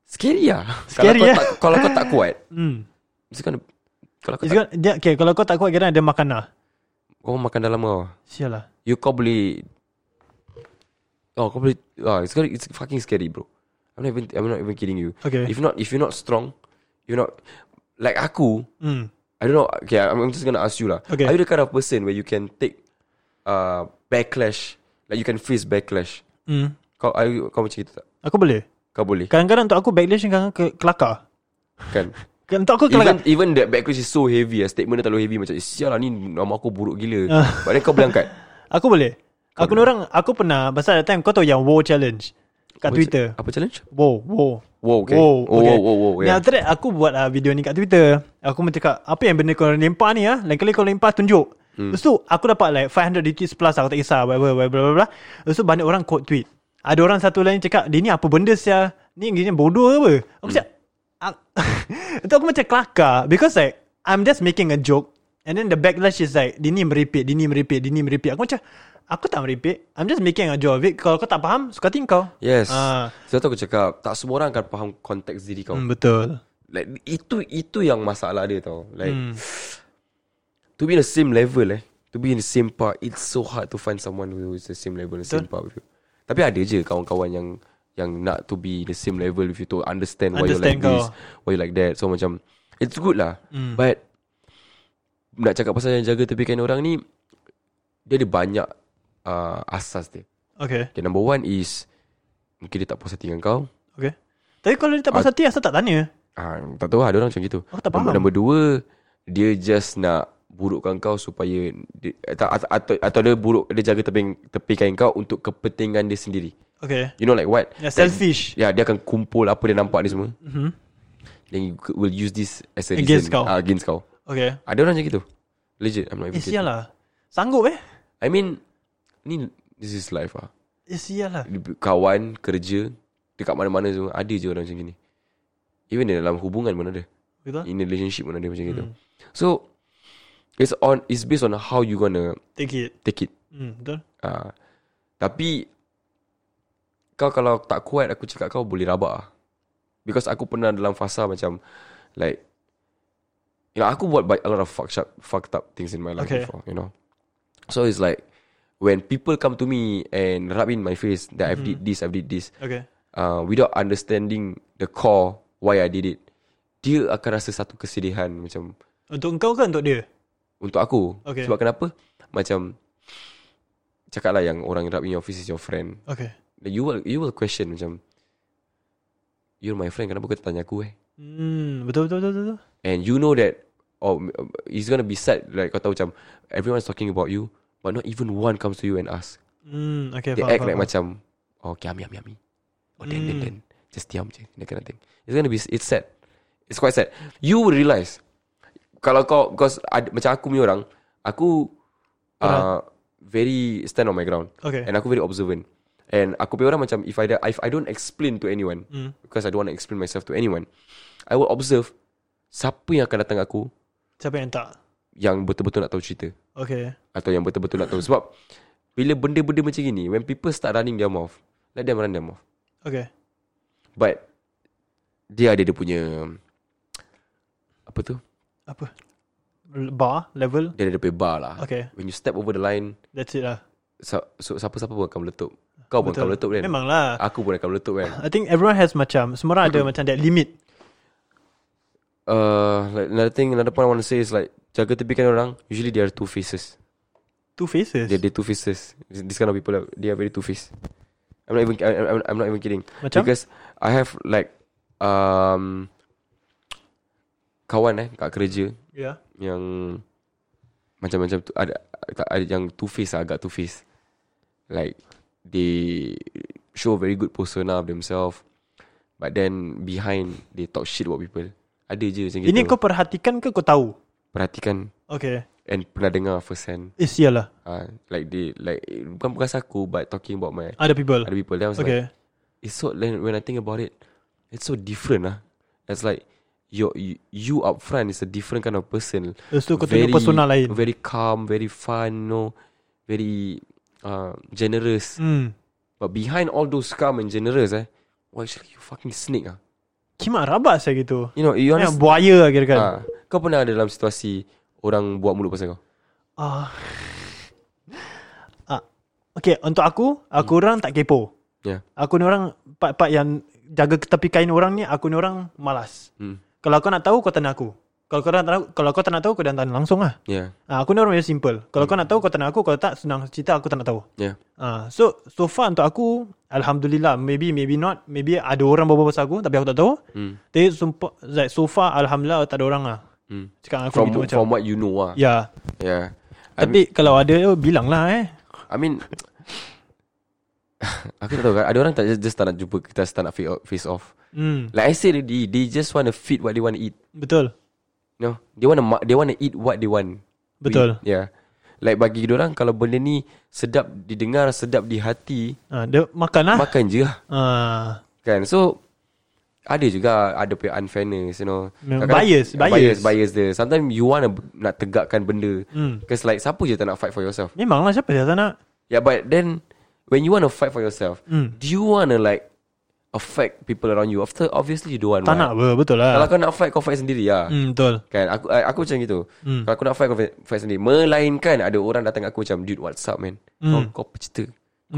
Speaker 5: scary lah.
Speaker 3: Scary,
Speaker 5: kalau kau
Speaker 3: eh?
Speaker 5: tak, kalau kau tak kuat.
Speaker 3: Hmm.
Speaker 5: It's gonna, kalau kau
Speaker 3: It's
Speaker 5: tak,
Speaker 3: gonna, dia, okay, kalau kau tak kuat kira ada makan lah.
Speaker 5: kau makan dalam kau.
Speaker 3: Sial lah.
Speaker 5: You kau boleh Oh, kau boleh ah, it's, gonna, it's fucking scary, bro. I'm not even I'm not even kidding you.
Speaker 3: Okay.
Speaker 5: If not if you're not strong, you're not like aku,
Speaker 3: Hmm.
Speaker 5: I don't know. Okay, I'm, I'm just gonna ask you lah.
Speaker 3: Okay.
Speaker 5: Are you the kind of person where you can take uh backlash, like you can face backlash?
Speaker 3: Hmm.
Speaker 5: Kau are you, kau macam itu tak?
Speaker 3: Aku boleh.
Speaker 5: Kau boleh
Speaker 3: Kadang-kadang untuk aku backlash ni kadang-kadang ke, kelakar.
Speaker 5: kan?
Speaker 3: Kan, Untuk aku
Speaker 5: Even
Speaker 3: kelakar.
Speaker 5: even that backlash is so heavy ah. Statement dia terlalu heavy Macam "Eh, Sial lah ni Nama aku buruk gila
Speaker 3: Ah.
Speaker 5: But then kau boleh angkat
Speaker 3: Aku boleh. Aku ni orang, aku pernah, pasal that time kau tahu yang WoW challenge. Kat
Speaker 5: Apa-
Speaker 3: Twitter.
Speaker 5: Apa challenge?
Speaker 3: Wow, wow.
Speaker 5: Wow, okay.
Speaker 3: Wow,
Speaker 5: Oh, wow,
Speaker 3: okay.
Speaker 5: wow, wow,
Speaker 3: Dan
Speaker 5: yeah.
Speaker 3: after that, aku buat lah video ni kat Twitter. Aku pun cakap, apa yang benda kau lempar ni lah. Lain kali kau lempar, tunjuk. Hmm. Lepas tu, aku dapat like 500 retweets plus lah. Aku tak kisah, whatever, whatever, blah, blah. Lepas tu, banyak orang quote tweet. Ada orang satu lain cakap, dia ni apa benda sia? Ni gini bodoh ke apa? Aku
Speaker 5: Hmm.
Speaker 3: cakap, ak- Itu aku macam kelakar. Because like, I'm just making a joke. And then the backlash is like, dia ni meripik, dia ni meripik, dia ni meripik. Aku macam, aku tak meripik. I'm just making a joke of it. Kalau kau tak faham, suka hati kau.
Speaker 5: Yes
Speaker 3: Ah.
Speaker 5: Sebab tu aku cakap Tak semua orang akan faham Konteks diri kau
Speaker 3: Hmm, betul.
Speaker 5: Like itu Itu yang masalah dia tau Like
Speaker 3: Hmm.
Speaker 5: To be in the same level eh To be in the same part It's so hard to find someone Who is the same level The same part with you Tapi ada je kawan-kawan yang Yang nak to be The same level with you To understand,
Speaker 3: Understand
Speaker 5: why you like
Speaker 3: kau. Hmm.
Speaker 5: this Why you like that So macam It's good lah But Nak cakap pasal yang jaga tepikan orang ni Dia ada banyak uh, Asas dia
Speaker 3: Okay.
Speaker 5: Okay number one is Mungkin dia tak puas hati dengan kau
Speaker 3: Okay. Tapi kalau dia tak puas hati Asal tak tanya
Speaker 5: Ah, tak tahu lah Ada orang macam gitu
Speaker 3: Aku Oh, tak
Speaker 5: Nombor-
Speaker 3: faham.
Speaker 5: Nombor dua Dia just nak Burukkan kau supaya dia, atau, atau- atau, atau dia buruk Dia jaga teping, tepikan kau Untuk kepentingan dia sendiri
Speaker 3: Okay
Speaker 5: You know like what
Speaker 3: Yeah,
Speaker 5: Like,
Speaker 3: selfish. Mhm.
Speaker 5: Ya yeah, dia akan kumpul Apa dia nampak ni semua mm-hmm. Then you could- will use this As a
Speaker 3: Against
Speaker 5: reason
Speaker 3: kau.
Speaker 5: Ah, Against kau
Speaker 3: Okay
Speaker 5: Ada orang macam gitu Legit I'm not even
Speaker 3: Eh
Speaker 5: kidding
Speaker 3: sial lah Sanggup eh
Speaker 5: I mean Ni This is life ah.
Speaker 3: Eh sial lah
Speaker 5: Kawan Kerja Dekat mana-mana semua Ada je orang macam gini Even dalam hubungan pun ada
Speaker 3: Betul
Speaker 5: in a relationship pun ada macam gitu. So it's on it's based on how you gonna
Speaker 3: Take it
Speaker 5: take it.
Speaker 3: hmm, Betul
Speaker 5: Ah, tapi kau kalau tak kuat aku cakap kau boleh rabak ah. Because aku pernah dalam fasa macam like you know aku buat ba- a lot of fucked up fucked up things in my life
Speaker 3: Okay.
Speaker 5: before, you know. So it's like when people come to me and rub in my face that I've did this, I've did this,
Speaker 3: Okay
Speaker 5: uh, without understanding the core why I did it, dia akan rasa satu kesedihan macam
Speaker 3: Untuk kau ke untuk dia
Speaker 5: untuk aku.
Speaker 3: Okay.
Speaker 5: Sebab kenapa? Macam cakap lah yang orang rub in your face is your friend.
Speaker 3: Okay
Speaker 5: Like, You will you will question macam you're my friend kenapa kau tak tanya aku eh?
Speaker 3: hmm, Betul betul betul, betul, betul.
Speaker 5: And you know that oh it's gonna be sad like kau tahu macam everyone's talking about you but not even one comes to you and ask.
Speaker 3: Hmm, Okay
Speaker 5: They
Speaker 3: faham,
Speaker 5: act
Speaker 3: faham,
Speaker 5: like
Speaker 3: faham.
Speaker 5: macam oh okay ami ami ami. Oh then then
Speaker 3: Hmm.
Speaker 5: then just diam je that kind of thing. It's gonna be it's sad. It's quite sad. You will realise kalau kau because ad, macam aku punya orang aku uh, very stand on my ground
Speaker 3: Okay
Speaker 5: and aku very observant. And aku punya orang macam if I if I don't explain to anyone
Speaker 3: Hmm.
Speaker 5: because I don't want to explain myself to anyone, I will observe siapa yang akan datang aku
Speaker 3: Siapa yang tak
Speaker 5: yang betul-betul nak tahu cerita
Speaker 3: Okay
Speaker 5: atau yang betul-betul nak tahu sebab bila benda-benda macam gini when people start running their mouth let them run their mouth
Speaker 3: Okay
Speaker 5: but dia ada dia punya apa tu
Speaker 3: Apa Bar Level
Speaker 5: dia ada dia punya bar lah
Speaker 3: Okay
Speaker 5: when you step over the line
Speaker 3: That's it lah
Speaker 5: so, so, siapa-siapa pun akan meletup kau pun akan meletup kan
Speaker 3: Memang lah
Speaker 5: aku pun akan meletup kan
Speaker 3: I think everyone has macam Semua orang ada macam that limit
Speaker 5: uh, like, another thing another point I want to say is like jaga tepikan orang usually they are two faces
Speaker 3: Two faces
Speaker 5: they they two faces this kind of people are- they are very two faced I'm not even I, I'm, I'm not even kidding
Speaker 3: Macam?
Speaker 5: because I have like um kawan eh kat kerja
Speaker 3: Yeah
Speaker 5: yang lah, macam-macam tu ada tak ada yang two face agak two face like they show very good persona of themselves. But then behind they talk shit about people. Ada je macam
Speaker 3: Ini
Speaker 5: gitu.
Speaker 3: kau perhatikan ke kau tahu?
Speaker 5: perhatikan
Speaker 3: Okay.
Speaker 5: and pernah dengar first hand.
Speaker 3: Eh, sial lah.
Speaker 5: Uh, like they like bukan bukan aku but talking about my
Speaker 3: Other people.
Speaker 5: other people. Then I was like,
Speaker 3: Okay.
Speaker 5: it's so then when I think about it, it's so different lah. It's like your you, you up front is a different kind of person.
Speaker 3: Lepas tu kau tunjuk persona lain.
Speaker 5: Very calm, very fun, no, very uh, generous.
Speaker 3: Hmm.
Speaker 5: But behind all those calm and generous, eh, well, actually you fucking snake ah.
Speaker 3: Kimak rabak saya gitu.
Speaker 5: You know, you
Speaker 3: Ya,
Speaker 5: understand?
Speaker 3: buaya lah kira kan.
Speaker 5: Ah, kau pernah ada dalam situasi orang buat mulut pasal kau?
Speaker 3: Ah. Ah. Okay, untuk aku, aku orang tak kepo.
Speaker 5: Hmm. Ya. Yeah.
Speaker 3: Aku ni orang part-part yang jaga tepi kain orang ni, aku ni orang malas.
Speaker 5: Hmm.
Speaker 3: Kalau kau nak tahu, kau tanya aku. Kalau kau nak tahu, kalau kau tak nak tahu, kau jangan tanya langsung lah.
Speaker 5: Yeah.
Speaker 3: Ah, aku ni orang very simple. Kalau
Speaker 5: Hmm.
Speaker 3: kau nak tahu, kau tanya aku. Kalau tak, senang cerita aku tak nak tahu.
Speaker 5: Yeah.
Speaker 3: Ah, so so far untuk aku, alhamdulillah, maybe maybe not, maybe ada orang berbual pasal aku tapi aku tak tahu.
Speaker 5: Hmm.
Speaker 3: Tapi sumpah, like, so far alhamdulillah tak ada orang lah.
Speaker 5: Hmm.
Speaker 3: Cakap dengan aku
Speaker 5: From
Speaker 3: gitu macam.
Speaker 5: from what you know ah.
Speaker 3: Ya.
Speaker 5: Yeah.
Speaker 3: Yeah. Tapi kalau ada bilang lah eh.
Speaker 5: I mean Aku tak tahu kan Ada orang tak just, just tak nak jumpa Kita just tak nak fa- face off
Speaker 3: Hmm,
Speaker 5: Like I said already They just want to feed What they want to eat
Speaker 3: betul.
Speaker 5: You know They want to They want to eat what they want to
Speaker 3: Betul.
Speaker 5: eat. Yeah Like bagi orang Kalau benda ni Sedap didengar Sedap di hati
Speaker 3: Ah, dia makan lah.
Speaker 5: Makan je lah
Speaker 3: ah,
Speaker 5: Kan so Ada juga Ada punya unfairness You know
Speaker 3: Memang
Speaker 5: Kadang-kadang- Bias
Speaker 3: bias, bias.
Speaker 5: Bias dia Sometimes you want to Nak tegakkan benda
Speaker 3: Hmm.
Speaker 5: Cause like Siapa je tak nak fight for yourself
Speaker 3: memanglah siapa yang tak nak.
Speaker 5: Yeah, but then when you want to fight for yourself,
Speaker 3: Mm.
Speaker 5: do you want to like affect people around you? After obviously you don't want.
Speaker 3: Tak
Speaker 5: right?
Speaker 3: nak apa, betul lah.
Speaker 5: Kalau kau nak fight, kau fight sendiri lah.
Speaker 3: Hmm, betul.
Speaker 5: Kan aku I- aku macam gitu.
Speaker 3: Mm.
Speaker 5: Kalau aku nak fight, kau fight, fight sendiri. Melainkan ada orang datang aku macam, dude, what's up man?
Speaker 3: Mm.
Speaker 5: Kau, kau cerita.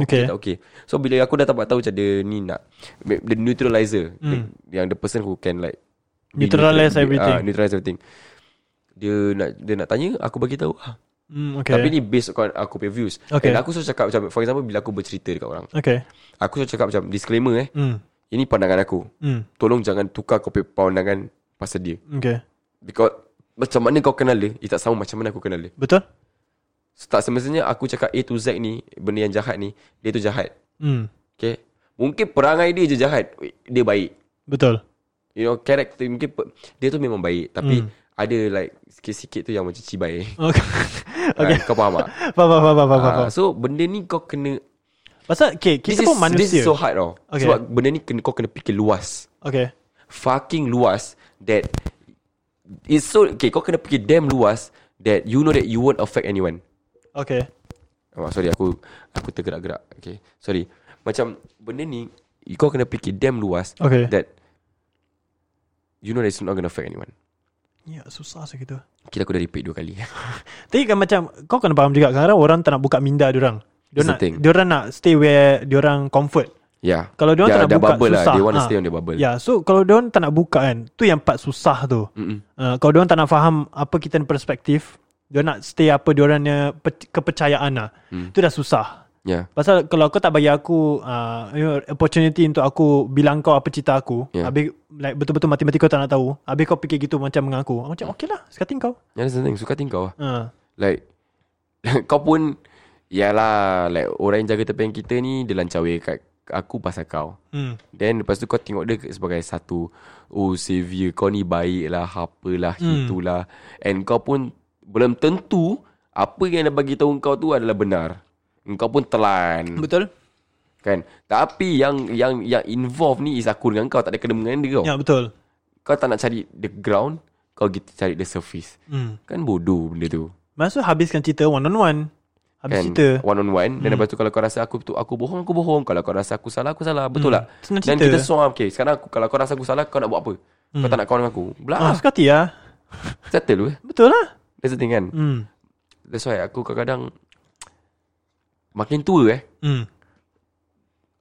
Speaker 3: Okay.
Speaker 5: Tak okay. So bila aku dah dapat tahu macam dia ni nak the neutralizer, the, yang the person who can like be
Speaker 3: Hmm. Neutralize
Speaker 5: neutral-
Speaker 3: everything.
Speaker 5: Ah, neutralize everything. Dia nak dia nak tanya, aku bagi tahu. Ah.
Speaker 3: Hmm,
Speaker 5: Okay.
Speaker 3: okay.
Speaker 5: Tapi ni based on aku punya views.
Speaker 3: Okay.
Speaker 5: And aku selalu cakap macam for example bila aku bercerita dekat orang,
Speaker 3: Okay.
Speaker 5: aku selalu cakap macam disclaimer eh.
Speaker 3: Hmm.
Speaker 5: Ini pandangan aku.
Speaker 3: Hmm.
Speaker 5: Tolong jangan tukar kau punya pandangan pasal dia.
Speaker 3: Okay.
Speaker 5: Because macam mana kau kenal dia, ia tak sama macam mana aku kenal dia.
Speaker 3: Betul?
Speaker 5: So, tak semestinya aku cakap A to Z ni, benda yang jahat ni, dia tu jahat.
Speaker 3: Hmm.
Speaker 5: Okay. Mungkin perangai dia je jahat, dia baik.
Speaker 3: Betul.
Speaker 5: You know, character mungkin pe- dia tu memang baik tapi
Speaker 3: Hmm.
Speaker 5: ada like sikit-sikit tu yang macam cibai.
Speaker 3: Okay.
Speaker 5: Okay. kau faham tak?
Speaker 3: Faham, faham, faham, faham, faham.
Speaker 5: Ah, so benda ni kau kena
Speaker 3: Pasal okay, kita pun
Speaker 5: This is
Speaker 3: manusia.
Speaker 5: so hard tau
Speaker 3: Okay.
Speaker 5: okay. Sebab benda ni kena, kau kena fikir luas
Speaker 3: okay.
Speaker 5: Fucking luas That It's so Okay kau kena fikir damn luas That you know that you won't affect anyone
Speaker 3: Okay.
Speaker 5: oh, Sorry aku Aku tergerak-gerak Okay Sorry Macam benda ni Kau kena fikir damn luas
Speaker 3: Okay.
Speaker 5: That You know that it's not gonna affect anyone
Speaker 3: Ya, susah saya gitu.
Speaker 5: Kita aku dah repeat dua kali
Speaker 3: Tapi kan macam kau kena faham juga kadang-kadang orang tak nak buka minda diorang.
Speaker 5: That's
Speaker 3: Dia nak
Speaker 5: the thing.
Speaker 3: dia nak stay where dia orang comfort.
Speaker 5: Yeah
Speaker 3: Kalau dia
Speaker 5: Their-
Speaker 3: tak nak
Speaker 5: their
Speaker 3: buka
Speaker 5: bubble
Speaker 3: susah.
Speaker 5: lah. They want to
Speaker 3: Ah.
Speaker 5: stay on their bubble
Speaker 3: Ya, yeah, so kalau dia tak nak buka kan, tu yang part susah tu.
Speaker 5: Mm-mm.
Speaker 3: Uh, kalau dia tak nak faham apa kita punya perspektif, dia nak stay apa dia orangnya pe- kepercayaan lah.
Speaker 5: Hmm.
Speaker 3: Itu dah susah.
Speaker 5: Yeah
Speaker 3: Pasal kalau kau tak bagi aku uh, you know, opportunity untuk aku bilang kau apa cita aku,
Speaker 5: Yeah.
Speaker 3: habis like betul-betul mati-mati kau tak nak tahu, habis kau fikir gitu macam dengan aku. Aku Macam
Speaker 5: Hmm.
Speaker 3: okey lah, sekating kau.
Speaker 5: Yeah that's the thing Suka tingkau lah
Speaker 3: Uh,
Speaker 5: Like Kau pun Yalah Like orang yang jaga tepian kita ni Dia lancar weh kat Aku pasal kau
Speaker 3: hmm.
Speaker 5: Then lepas tu kau tengok dia Sebagai satu Oh savior Kau ni baik lah Apalah hmm. Itulah And kau pun Belum tentu Apa yang dia bagi tahu kau tu Adalah benar Kau pun telan
Speaker 3: Betul?
Speaker 5: Kan Tapi yang Yang yang involved ni Is aku dengan kau Tak ada kena mengena dia kau
Speaker 3: Ya, betul.
Speaker 5: Kau tak nak cari The ground Kau pergi cari the surface
Speaker 3: Hmm.
Speaker 5: Kan bodoh benda tu
Speaker 3: Masa habiskan cerita one on one. Habis
Speaker 5: kan
Speaker 3: cerita. Hmm.
Speaker 5: one on one dan lepas tu kalau kau rasa aku betul aku bohong aku bohong kalau kau rasa aku salah aku salah betul tak
Speaker 3: Senang
Speaker 5: dan
Speaker 3: Kan cerita. Hmm.
Speaker 5: kita soal okay sekarang aku, kalau kau rasa aku salah kau nak buat apa kau tak nak kawan dengan aku belah
Speaker 3: Ah,
Speaker 5: ah.
Speaker 3: sekati lah.
Speaker 5: settle weh
Speaker 3: Betul lah.
Speaker 5: that's the thing kan
Speaker 3: Hmm.
Speaker 5: that's why aku kadang-kadang makin tua eh
Speaker 3: Hmm.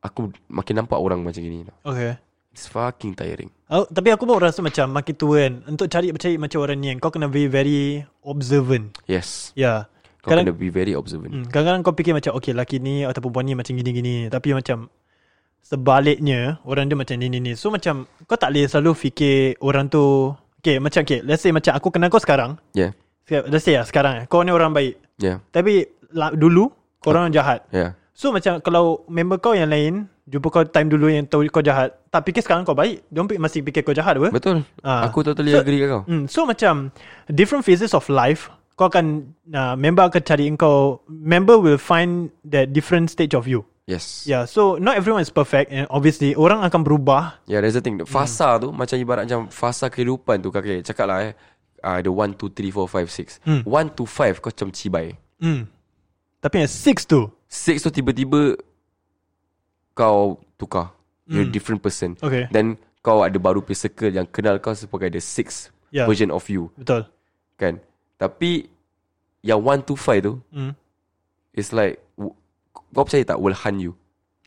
Speaker 5: aku makin nampak orang macam gini tau.
Speaker 3: Okay.
Speaker 5: it's fucking tiring
Speaker 3: Oh, tapi aku pun rasa macam makin tua kan. Untuk cari-cari macam orang ni kan, kau kena be very observant.
Speaker 5: yes
Speaker 3: Ya. Yeah.
Speaker 5: kau
Speaker 3: Kadang,
Speaker 5: kena be very observant
Speaker 3: Hmm, kadang-kadang kau fikir macam okay lelaki ni atau perempuan ni macam gini-gini. Tapi macam sebaliknya orang dia macam ni ni ni. So macam kau tak boleh selalu fikir orang tu. Okay macam okay. Let's say macam aku kenal kau sekarang.
Speaker 5: yeah
Speaker 3: Let's say lah sekarang. eh, Kau ni orang baik.
Speaker 5: yeah
Speaker 3: Tapi la, dulu kau orang jahat.
Speaker 5: yeah
Speaker 3: So macam kalau member kau yang lain jumpa kau time dulu yang tahu kau jahat, tak fikir sekarang kau baik, dia orang pi- masih fikir kau jahat apa?
Speaker 5: Betul.
Speaker 3: Ah.
Speaker 5: Aku totally
Speaker 3: So-
Speaker 5: agree dengan kau.
Speaker 3: Hmm, so macam different phases of life, kau akan uh, member akan cari kau, member will find that different stage of you.
Speaker 5: Yes.
Speaker 3: Yeah, so not everyone is perfect and obviously orang akan berubah.
Speaker 5: Yeah, that's the thing.
Speaker 3: Hmm.
Speaker 5: Fasa tu macam ibarat macam fasa kehidupan tu kakek. Cakap lah eh. Uh, the 1, 2, 3, 4, 5, 6. 1 to 5 kau macam cibai.
Speaker 3: Hmm. Tapi yang six tu,
Speaker 5: 6 tu tiba-tiba kau tukar. You're a different person.
Speaker 3: Okay.
Speaker 5: Then kau ada baru punya circle yang kenal kau sebagai the 6
Speaker 3: Yeah.
Speaker 5: version of you.
Speaker 3: betul.
Speaker 5: Kan? Tapi yang 1 to 5 tu
Speaker 3: Hmm.
Speaker 5: it's like w- kau percaya tak will hunt you.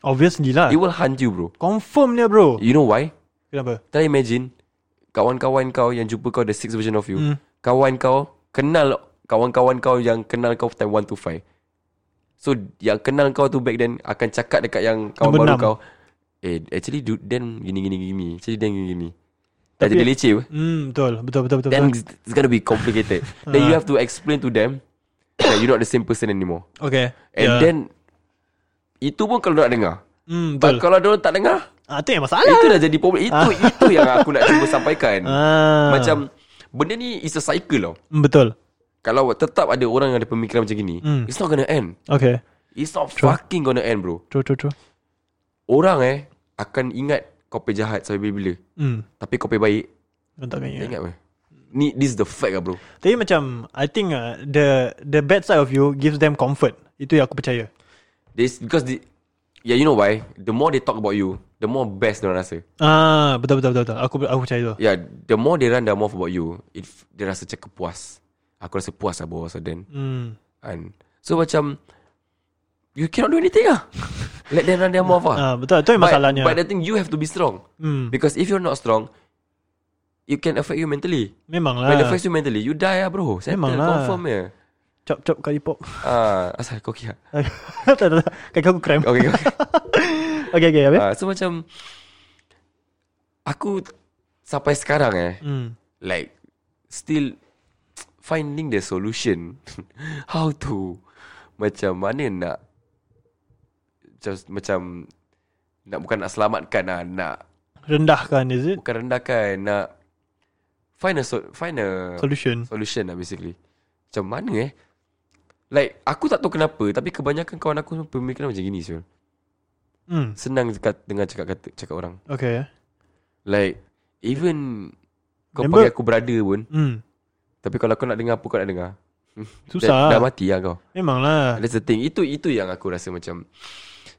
Speaker 3: Obviously lah.
Speaker 5: It will hunt you bro.
Speaker 3: Confirm dia bro.
Speaker 5: You know why?
Speaker 3: Kenapa?
Speaker 5: Try imagine Kawan-kawan kau yang jumpa kau The sixth version of you mm.
Speaker 3: Hmm.
Speaker 5: Kawan kau Kenal Kawan-kawan kau yang kenal kau Time 1 to 5 So yang kenal kau tu back then Akan cakap dekat yang Kawan
Speaker 3: Nombor
Speaker 5: baru
Speaker 3: enam.
Speaker 5: kau Eh actually dude Dan gini gini gini Actually Dan gini gini Tak
Speaker 3: Tapi-
Speaker 5: jadi leceh apa?
Speaker 3: Hmm, betul, betul, betul, betul.
Speaker 5: Then
Speaker 3: betul. Ah.
Speaker 5: it's gonna be complicated Then you have to explain to them That you're not the same person anymore
Speaker 3: Okay.
Speaker 5: And yeah. then Itu pun kalau nak dengar
Speaker 3: hmm,
Speaker 5: But
Speaker 3: betul.
Speaker 5: kalau dia tak dengar
Speaker 3: Ah, tu yang masalah.
Speaker 5: Itu dah jadi problem Itu itu yang aku nak cuba sampaikan
Speaker 3: Ah.
Speaker 5: Macam Benda ni is a cycle tau
Speaker 3: Hmm, betul.
Speaker 5: Kalau tetap ada orang yang ada pemikiran macam gini mm. It's not gonna end
Speaker 3: Okay.
Speaker 5: It's not fucking gonna end bro
Speaker 3: True, true, true.
Speaker 5: Orang eh Akan ingat Kau pay jahat sampai bila-bila
Speaker 3: Hmm.
Speaker 5: Tapi kau pay baik
Speaker 3: Kau tak
Speaker 5: yeah.
Speaker 3: ingat.
Speaker 5: Ingat apa Ni this is the fact lah bro
Speaker 3: Tapi macam I think uh, the the bad side of you gives them comfort. Itu yang aku percaya.
Speaker 5: This Because the, Yeah you know why The more they talk about you The more best diorang rasa
Speaker 3: Ah, betul betul betul betul. Aku aku percaya tu.
Speaker 5: Yeah The more they run their mouth about you It, Dia rasa macam kepuas Aku rasa puas lah bawah sudden
Speaker 3: Hmm.
Speaker 5: Kan So macam You cannot do anything lah Let them run their mouth lah
Speaker 3: Ah, betul. Itu yang masalahnya.
Speaker 5: But, but the thing You have to be strong
Speaker 3: Hmm.
Speaker 5: Because if you're not strong It can affect you mentally When it
Speaker 3: Memanglah.
Speaker 5: affects you mentally You die lah bro Settle
Speaker 3: Memang lah.
Speaker 5: Confirm ya
Speaker 3: Chop chop kali pop.
Speaker 5: Ah, Asal kau kira
Speaker 3: tak tak tak. Kaki aku cramp.
Speaker 5: Okay, okay.
Speaker 3: Okay okay habis.
Speaker 5: Ah, So macam Aku Sampai sekarang eh
Speaker 3: Hmm.
Speaker 5: Like Still Finding the solution How to Macam mana nak Macam, macam nak Bukan nak selamatkan lah Nak
Speaker 3: Rendahkan is it?
Speaker 5: Bukan rendahkan Nak Find a so, Find a
Speaker 3: Solution.
Speaker 5: Solution lah basically Macam mana eh Like Aku tak tahu kenapa Tapi kebanyakan kawan aku semua Pemikiran macam gini Syul
Speaker 3: Hmm.
Speaker 5: Senang dekat, dengar cakap kata, cakap orang
Speaker 3: Okay.
Speaker 5: Like Even Kau
Speaker 3: Member-
Speaker 5: panggil aku brother pun
Speaker 3: Hmm.
Speaker 5: Tapi kalau kau nak dengar apa Kau nak dengar
Speaker 3: Susah.
Speaker 5: Dah, dah mati lah kau
Speaker 3: Memanglah.
Speaker 5: That's the thing Itu itu yang aku rasa macam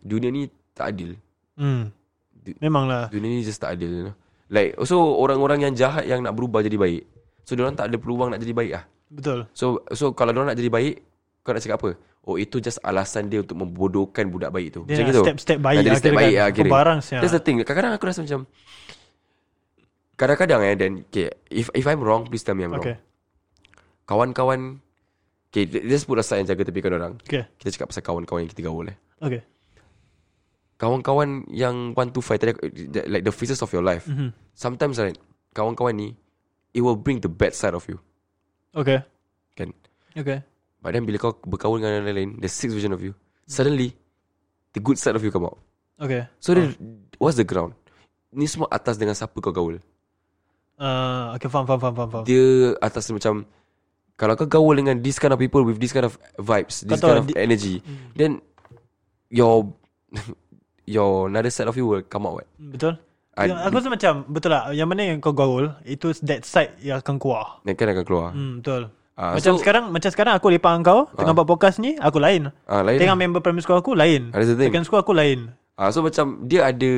Speaker 5: Dunia ni tak adil
Speaker 3: Hmm. lah.
Speaker 5: Du-
Speaker 3: Memanglah.
Speaker 5: Dunia ni just tak adil you know? Like So orang-orang yang jahat Yang nak berubah jadi baik So diorang tak ada peluang Nak jadi baik lah
Speaker 3: Betul.
Speaker 5: So so kalau diorang nak jadi baik Kau nak cakap apa Oh itu just alasan dia Untuk membodohkan budak baik tu Macam
Speaker 3: Dia nak ah.
Speaker 5: gitu
Speaker 3: step-step baik
Speaker 5: Nak jadi
Speaker 3: lah,
Speaker 5: step
Speaker 3: kira
Speaker 5: baik
Speaker 3: kan.
Speaker 5: lah kira.
Speaker 3: Barang siap.
Speaker 5: That's the thing Kadang-kadang aku rasa macam Kadang-kadang eh Dan okay, if, if I'm wrong Please tell me I'm wrong
Speaker 3: Okay.
Speaker 5: Kawan-kawan Okay Just put aside Yang jaga tepi kau orang
Speaker 3: Okay.
Speaker 5: Kita cakap pasal kawan-kawan Yang kita gaul eh
Speaker 3: Okay.
Speaker 5: kawan-kawan yang want to fight tadi aku- the- like the phases of your life mm-hmm. sometimes right kawan-kawan ni it will bring the bad side of you
Speaker 3: Okay.
Speaker 5: kan
Speaker 3: Okay.
Speaker 5: but then bila kau berkawan dengan orang lain the sixth version of you suddenly the good side of you come out
Speaker 3: Okay.
Speaker 5: so then what's the ground ni semua atas dengan siapa kau gaul
Speaker 3: Uh, okay, faham, faham, faham, faham. faham.
Speaker 5: dia atas macam kalau kau gaul dengan this kind of people with this kind of vibes this
Speaker 3: Kau tahu Hmm.
Speaker 5: kind of
Speaker 3: di-
Speaker 5: energy then your your another side of you will come out what
Speaker 3: Betul?
Speaker 5: Ah,
Speaker 3: Yang aku rasa macam, betul lah. Yang mana yang kau gaul, itu that side yang akan keluar.
Speaker 5: dan kan akan keluar
Speaker 3: Hmm, betul.
Speaker 5: Ah,
Speaker 3: macam
Speaker 5: so-
Speaker 3: sekarang, macam sekarang aku lepak dengan kau, tengah buat podcast ni, aku lain.
Speaker 5: Ah, lain
Speaker 3: Tengah
Speaker 5: lah.
Speaker 3: member primary school aku, lain.
Speaker 5: Ah, that's the thing.
Speaker 3: Second school aku, lain.
Speaker 5: Ah, so macam dia ada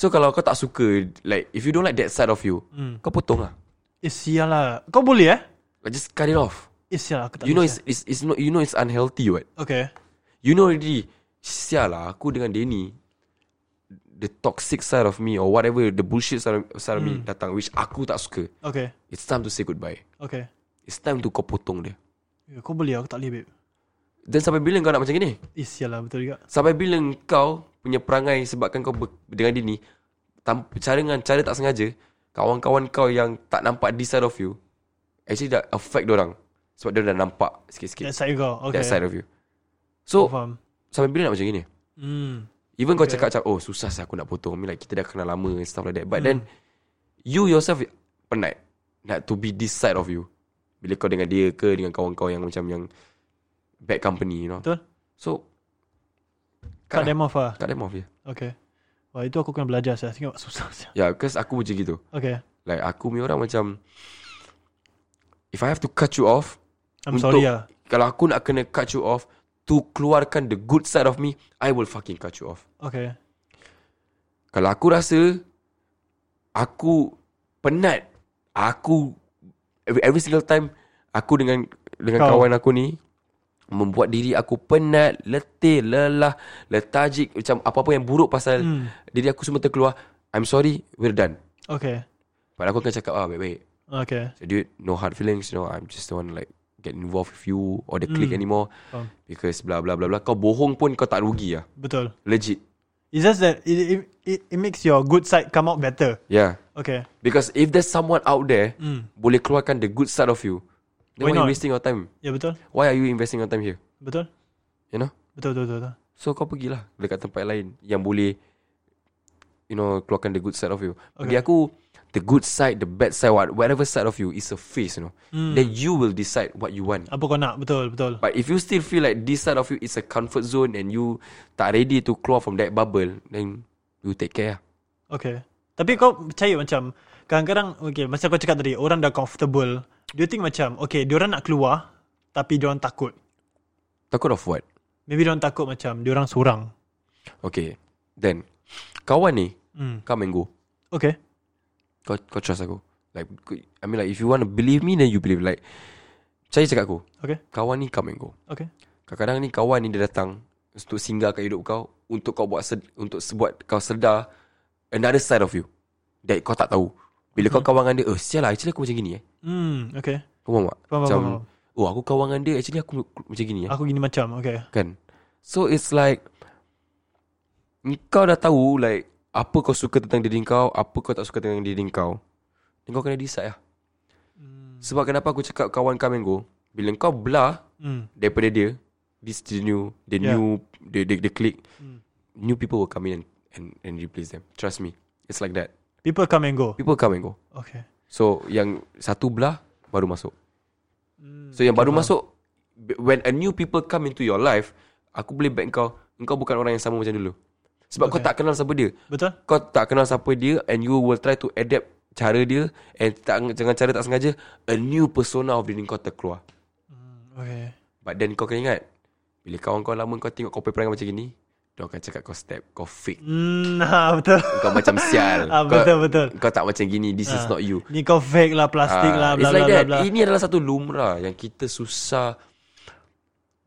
Speaker 5: So kalau kau tak suka Like if you don't like that side of you mm.
Speaker 3: Hmm.
Speaker 5: Kau potong lah
Speaker 3: Eh, sial lah. Kau boleh eh?
Speaker 5: like, Just cut it off
Speaker 3: Eh, sial lah. Aku tak
Speaker 5: You know
Speaker 3: boleh,
Speaker 5: it's, it's, it's not, You know it's unhealthy what
Speaker 3: sial. Okay.
Speaker 5: You know already Sial lah aku dengan Danny The toxic side of me Or whatever The bullshit side of, side of me
Speaker 3: Hmm.
Speaker 5: Datang which aku tak suka
Speaker 3: Okay.
Speaker 5: It's time to say goodbye
Speaker 3: Okay.
Speaker 5: It's time to kau potong dia
Speaker 3: Eh, Kau boleh, aku tak boleh, babe.
Speaker 5: Then sampai bila kau nak macam gini
Speaker 3: Eh, sial lah. Betul juga.
Speaker 5: Sampai bila kau punya perangai sebabkan kau ber, dengan dia ni tam, cara dengan cara tak sengaja kawan-kawan kau yang tak nampak this side of you actually dah affect dia orang sebab dia dah nampak sikit-sikit
Speaker 3: That side kau.
Speaker 5: that
Speaker 3: Okay.
Speaker 5: side of you. So
Speaker 3: Faham.
Speaker 5: Sampai bila nak macam gini
Speaker 3: Hmm.
Speaker 5: Even kau cakap macam Oh susah sah aku nak potong I mean, like, Kita dah kenal lama and Stuff like that
Speaker 3: Hmm.
Speaker 5: But then You yourself Penat Nak to be this side of you Bila kau dengan dia ke Dengan kawan kau yang macam yang Bad company you know
Speaker 3: Betul?
Speaker 5: So
Speaker 3: Cut
Speaker 5: Cut,
Speaker 3: them off lah.
Speaker 5: cut them off ya
Speaker 3: Okay. Wah, itu aku kena belajar saya. Tengok susah saya.
Speaker 5: Ya yeah, cause aku macam gitu
Speaker 3: Okay.
Speaker 5: Like aku punya orang macam If I have to cut you off
Speaker 3: I'm
Speaker 5: Untuk-
Speaker 3: sorry lah.
Speaker 5: Kalau aku nak kena cut you off To keluarkan the good side of me I will fucking cut you off
Speaker 3: Okay.
Speaker 5: Kalau aku rasa Aku Penat Aku Every, every single time Aku dengan Dengan
Speaker 3: Kau.
Speaker 5: Kau. kawan aku ni Membuat diri aku penat Letih Lelah Letajik Macam apa-apa yang buruk pasal
Speaker 3: Hmm.
Speaker 5: Diri aku semua terkeluar I'm sorry We're done
Speaker 3: Okay.
Speaker 5: Padahal aku akan cakap ah, Baik-baik
Speaker 3: Okay.
Speaker 5: So dude, no hard feelings, you know. I'm just don't want to like get involved with you or the clique
Speaker 3: Mm.
Speaker 5: anymore
Speaker 3: Faham.
Speaker 5: because blah blah blah blah. Kau bohong pun kau tak rugi lah.
Speaker 3: Betul.
Speaker 5: Legit.
Speaker 3: It's just that it, it, it, it makes your good side come out better.
Speaker 5: Yeah.
Speaker 3: Okay.
Speaker 5: Because if there's someone out there
Speaker 3: Mm.
Speaker 5: boleh keluarkan the good side of you, then why,
Speaker 3: Why
Speaker 5: are you
Speaker 3: not?
Speaker 5: wasting your time?
Speaker 3: Ya betul.
Speaker 5: Why are you investing your time here?
Speaker 3: Betul.
Speaker 5: You know?
Speaker 3: Betul betul betul. betul.
Speaker 5: So kau pergilah dekat tempat lain yang boleh you know keluarkan the good side of you. Bagi
Speaker 3: Okay.
Speaker 5: aku the good side, the bad side, what- whatever side of you is a phase, you know.
Speaker 3: Hmm.
Speaker 5: Then you will decide what you want.
Speaker 3: Apa kau nak? Betul betul.
Speaker 5: But if you still feel like this side of you is a comfort zone and you tak ready to keluar from that bubble, then you take care lah.
Speaker 3: Okay. Tapi kau percaya macam kadang-kadang okay, macam kau cakap tadi orang dah comfortable. Do you think macam okay, diorang nak keluar tapi diorang takut.
Speaker 5: Takut of what?
Speaker 3: Maybe diorang takut macam diorang seorang.
Speaker 5: Okay. Then, kawan ni,
Speaker 3: Hmm.
Speaker 5: come and go.
Speaker 3: Okay.
Speaker 5: Kau, kau trust aku. Like, ku- I mean like if you want to believe me, then you believe. Like, saya cakap aku,
Speaker 3: Okay.
Speaker 5: kawan ni come and go.
Speaker 3: Okay.
Speaker 5: Kadang-kadang ni kawan ni dia datang untuk singgah kat hidup kau, untuk kau buat sed, untuk buat kau sedar another side of you. That kau tak tahu. Bila
Speaker 3: Mhm.
Speaker 5: kau kawan dengan dia, eh sial lah, actually aku macam gini eh.
Speaker 3: Hmm. Okay.
Speaker 5: Kau faham tak?
Speaker 3: Faham,
Speaker 5: macam,
Speaker 3: faham,
Speaker 5: oh aku kawan dengan dia, actually aku macam gini eh.
Speaker 3: Aku gini macam. Okay.
Speaker 5: Kan? So it's like, kau dah tahu like, apa kau suka tentang diri kau, apa kau tak suka tentang diri kau. Dan kau kena decide lah. Sebab kenapa aku cakap kawan kau and go, bila kau belah
Speaker 3: Hmm.
Speaker 5: daripada dia, this the new, the
Speaker 3: Yeah. Hmm.
Speaker 5: new, the, the, the click, new people will come in and, and, and replace them. Trust me. It's like that.
Speaker 3: People come and go.
Speaker 5: People come and go.
Speaker 3: Okay.
Speaker 5: So yang satu belah baru masuk.
Speaker 3: Hmm,
Speaker 5: So yang
Speaker 3: lah.
Speaker 5: baru masuk b- when a new people come into your life, aku boleh back kau, engkau bukan orang yang sama macam dulu. Sebab okay. kau
Speaker 3: Okay.
Speaker 5: tak kenal siapa dia.
Speaker 3: Betul?
Speaker 5: Kau tak kenal siapa dia and you will try to adapt cara dia and tak, dengan cara tak sengaja a new persona of diri kau terkeluar.
Speaker 3: Okay.
Speaker 5: But then kau kena ingat bila kawan kau lama kau tengok kau punya perangai macam gini, dia akan cakap kau step, kau fake.
Speaker 3: Hmm, ha, betul.
Speaker 5: Kau macam sial.
Speaker 3: Ah,
Speaker 5: Kau-
Speaker 3: betul, betul. Ah.
Speaker 5: Kau tak macam gini. This is not you.
Speaker 3: Ni kau fake lah, plastik
Speaker 5: Ah,
Speaker 3: lah, bla
Speaker 5: it's
Speaker 3: bla
Speaker 5: like
Speaker 3: bla
Speaker 5: that.
Speaker 3: bla.
Speaker 5: Ini adalah satu lumrah yang kita susah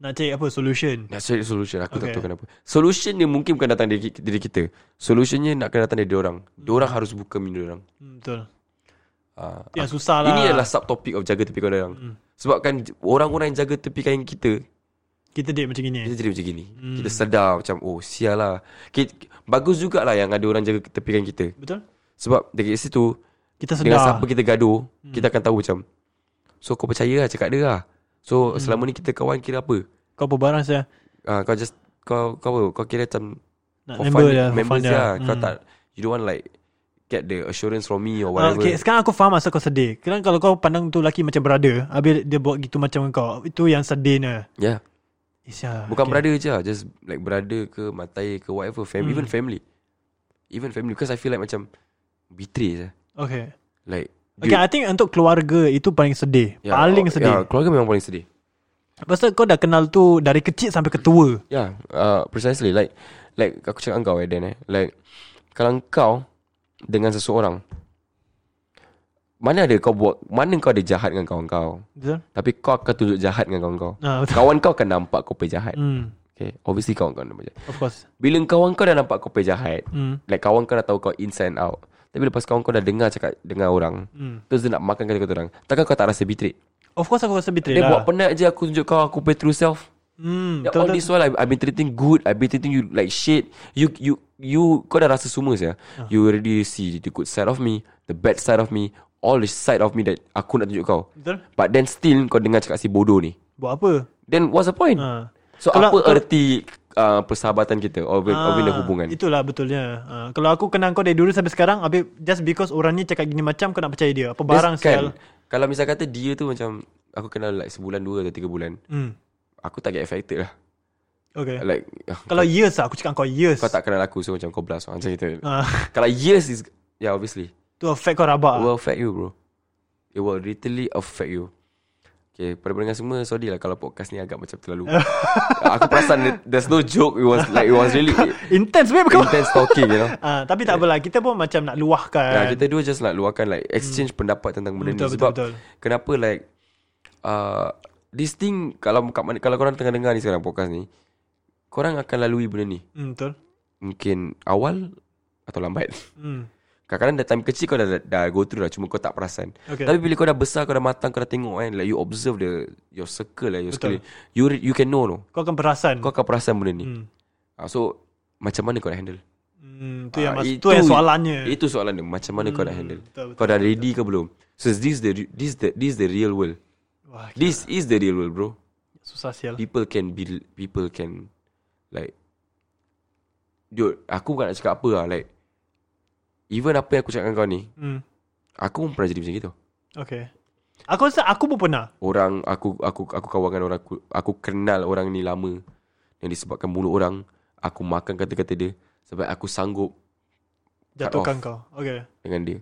Speaker 3: Nak cari apa solution?
Speaker 5: nak cari solution. Aku okay. tak
Speaker 3: Okay.
Speaker 5: tahu kenapa. Solution dia mungkin bukan datang dari, diri kita. Solutionnya nak kena datang dari orang. Diorang harus buka minda orang.
Speaker 3: Hmm, betul.
Speaker 5: Ah,
Speaker 3: Itu yang susah lah.
Speaker 5: ini adalah subtopik of jaga tepi kau orang.
Speaker 3: Hmm.
Speaker 5: Mm. Sebab kan j- orang-orang yang jaga tepi kain kita,
Speaker 3: kita date macam gini.
Speaker 5: kita jadi macam gini.
Speaker 3: Hmm.
Speaker 5: Mm. Kita sedar macam, oh sial lah. Kita, bagus jugalah yang ada orang jaga tepi kain kita.
Speaker 3: Betul?
Speaker 5: Sebab dari situ,
Speaker 3: Kita
Speaker 5: Sedar. Dengan
Speaker 3: sedar.
Speaker 5: siapa kita gaduh hmm. Kita akan tahu macam So kau percaya lah cakap dia lah So hmm. selama ni kita kawan kira apa
Speaker 3: Kau apa barang saya?
Speaker 5: uh, Kau just Kau kau apa Kau kira macam
Speaker 3: Nak
Speaker 5: for
Speaker 3: member
Speaker 5: fun,
Speaker 3: dah. for
Speaker 5: Members
Speaker 3: fun Hmm.
Speaker 5: je lah
Speaker 3: dah.
Speaker 5: Kau tak You don't want like Get the assurance from me Or
Speaker 3: Ah,
Speaker 5: whatever
Speaker 3: okay, sekarang aku faham asal kau sedih. Kadang kalau kau pandang tu lelaki macam brother, habis dia buat gitu macam kau, itu yang sedihnya.
Speaker 5: Yeah Ya.
Speaker 3: Isya.
Speaker 5: Bukan brother je lah Just like brother ke Matai ke whatever family,
Speaker 3: Hmm.
Speaker 5: Even family Even family Because I feel like macam Betray je
Speaker 3: Okay.
Speaker 5: Like
Speaker 3: Okay, I think untuk keluarga itu paling sedih.
Speaker 5: yeah,
Speaker 3: paling
Speaker 5: oh, ya.
Speaker 3: sedih.
Speaker 5: yeah, Keluarga memang paling sedih
Speaker 3: Pasal kau dah kenal tu dari kecil sampai ketua.
Speaker 5: Yeah, uh, precisely. Like, like aku cakap dengan kau, eh, Dan, eh. Like, kalau kau dengan seseorang, mana ada kau buat, mana kau ada jahat dengan kawan kau.
Speaker 3: Betul?
Speaker 5: Tapi kau akan tunjuk jahat dengan kawan kau.
Speaker 3: Ah, betul.
Speaker 5: Kawan kau akan nampak kau punya jahat.
Speaker 3: Hmm,
Speaker 5: Okay, obviously kawan kau nampak jahat.
Speaker 3: of course.
Speaker 5: Bila kawan kau dah nampak kau punya jahat,
Speaker 3: Hmm.
Speaker 5: like kawan kau dah tahu kau inside and out. Tapi lepas kawan kau dah dengar cakap dengan orang,
Speaker 3: Hmm.
Speaker 5: terus dia nak makan kata kata orang, takkan kau tak rasa betrayed?
Speaker 3: Of course aku rasa betray
Speaker 5: Dia
Speaker 3: lah.
Speaker 5: buat penat je aku tunjuk kau aku punya true self.
Speaker 3: Hmm,
Speaker 5: Yeah,
Speaker 3: betul
Speaker 5: all
Speaker 3: betul.
Speaker 5: this while I've, I've been treating good I've been treating you like shit You you you Kau dah rasa semua saya
Speaker 3: Ah.
Speaker 5: You already see The good side of me The bad side of me All the side of me That aku nak tunjuk kau
Speaker 3: Betul?
Speaker 5: But then still Kau dengar cakap si bodoh ni
Speaker 3: Buat apa?
Speaker 5: Then what's the point
Speaker 3: Ha.
Speaker 5: So
Speaker 3: Kalau-
Speaker 5: apa
Speaker 3: kalau-
Speaker 5: erti uh, persahabatan kita Or, ah, or bina hubungan
Speaker 3: Itulah betulnya uh, Kalau aku kenal kau dari dulu sampai sekarang habis Just because orang ni cakap gini macam Kau nak percaya dia Apa barang
Speaker 5: Yes, kan?
Speaker 3: sial
Speaker 5: Kalau misal kata dia tu macam Aku kenal like sebulan dua atau tiga bulan
Speaker 3: hmm.
Speaker 5: Aku tak get affected lah
Speaker 3: Okay
Speaker 5: Like
Speaker 3: Kalau years lah Aku cakap kau years
Speaker 5: Kau tak kenal aku So macam kau blast Macam kita
Speaker 3: Ah,
Speaker 5: Kalau years is Yeah obviously
Speaker 3: Tu affect kau
Speaker 5: It
Speaker 3: rabak lah.
Speaker 5: will affect you bro It will literally affect you Okay Pada pendengar semua Sorry lah Kalau podcast ni agak macam terlalu Aku perasan There's no joke It was like It was really
Speaker 3: Intense babe kau
Speaker 5: Intense talking you know
Speaker 3: Ah, Tapi tak apalah Kita pun macam nak
Speaker 5: Ya,
Speaker 3: luahkan
Speaker 5: kita dua just nak luahkan like exchange hmm. pendapat tentang benda
Speaker 3: Betul,
Speaker 5: ni
Speaker 3: betul,
Speaker 5: sebab
Speaker 3: betul.
Speaker 5: kenapa like uh, this thing kalau kat mana kalau korang tengah dengar ni sekarang podcast ni korang akan lalui benda ni
Speaker 3: hmm, Betul
Speaker 5: mungkin awal atau lambat.
Speaker 3: hmm.
Speaker 5: Kadang-kadang dah time kecil kau dah, dah go through dah Cuma kau tak perasan
Speaker 3: Okay.
Speaker 5: Tapi bila kau dah besar Kau dah matang Kau dah tengok kan Like you observe the Your circle lah Your
Speaker 3: Betul.
Speaker 5: Betul. You re- you can know no.
Speaker 3: Kau akan perasan
Speaker 5: Kau akan perasan benda ni
Speaker 3: hmm.
Speaker 5: Ah, So Macam mana kau nak handle
Speaker 3: Hmm, tu yang
Speaker 5: Ah,
Speaker 3: mas- tu yang soalannya.
Speaker 5: Itu soalan dia Macam mana kau nak handle
Speaker 3: Hmm, betul, betul,
Speaker 5: Kau dah ready ke belum So this the re- this the this the real world
Speaker 3: Wah,
Speaker 5: This is the real world bro
Speaker 3: susah sial.
Speaker 5: People can be People can Like Dude Aku bukan nak cakap apa lah Like Even apa yang aku cakap dengan kau ni
Speaker 3: Hmm.
Speaker 5: Aku pun pernah jadi macam gitu
Speaker 3: Okay. Aku rasa aku pun pernah.
Speaker 5: orang aku aku aku kawan dengan orang aku, aku kenal orang ni lama yang disebabkan mulut orang aku makan kata-kata dia sampai aku sanggup Cut
Speaker 3: Jatuhkan
Speaker 5: off.
Speaker 3: kau. Okay.
Speaker 5: dengan dia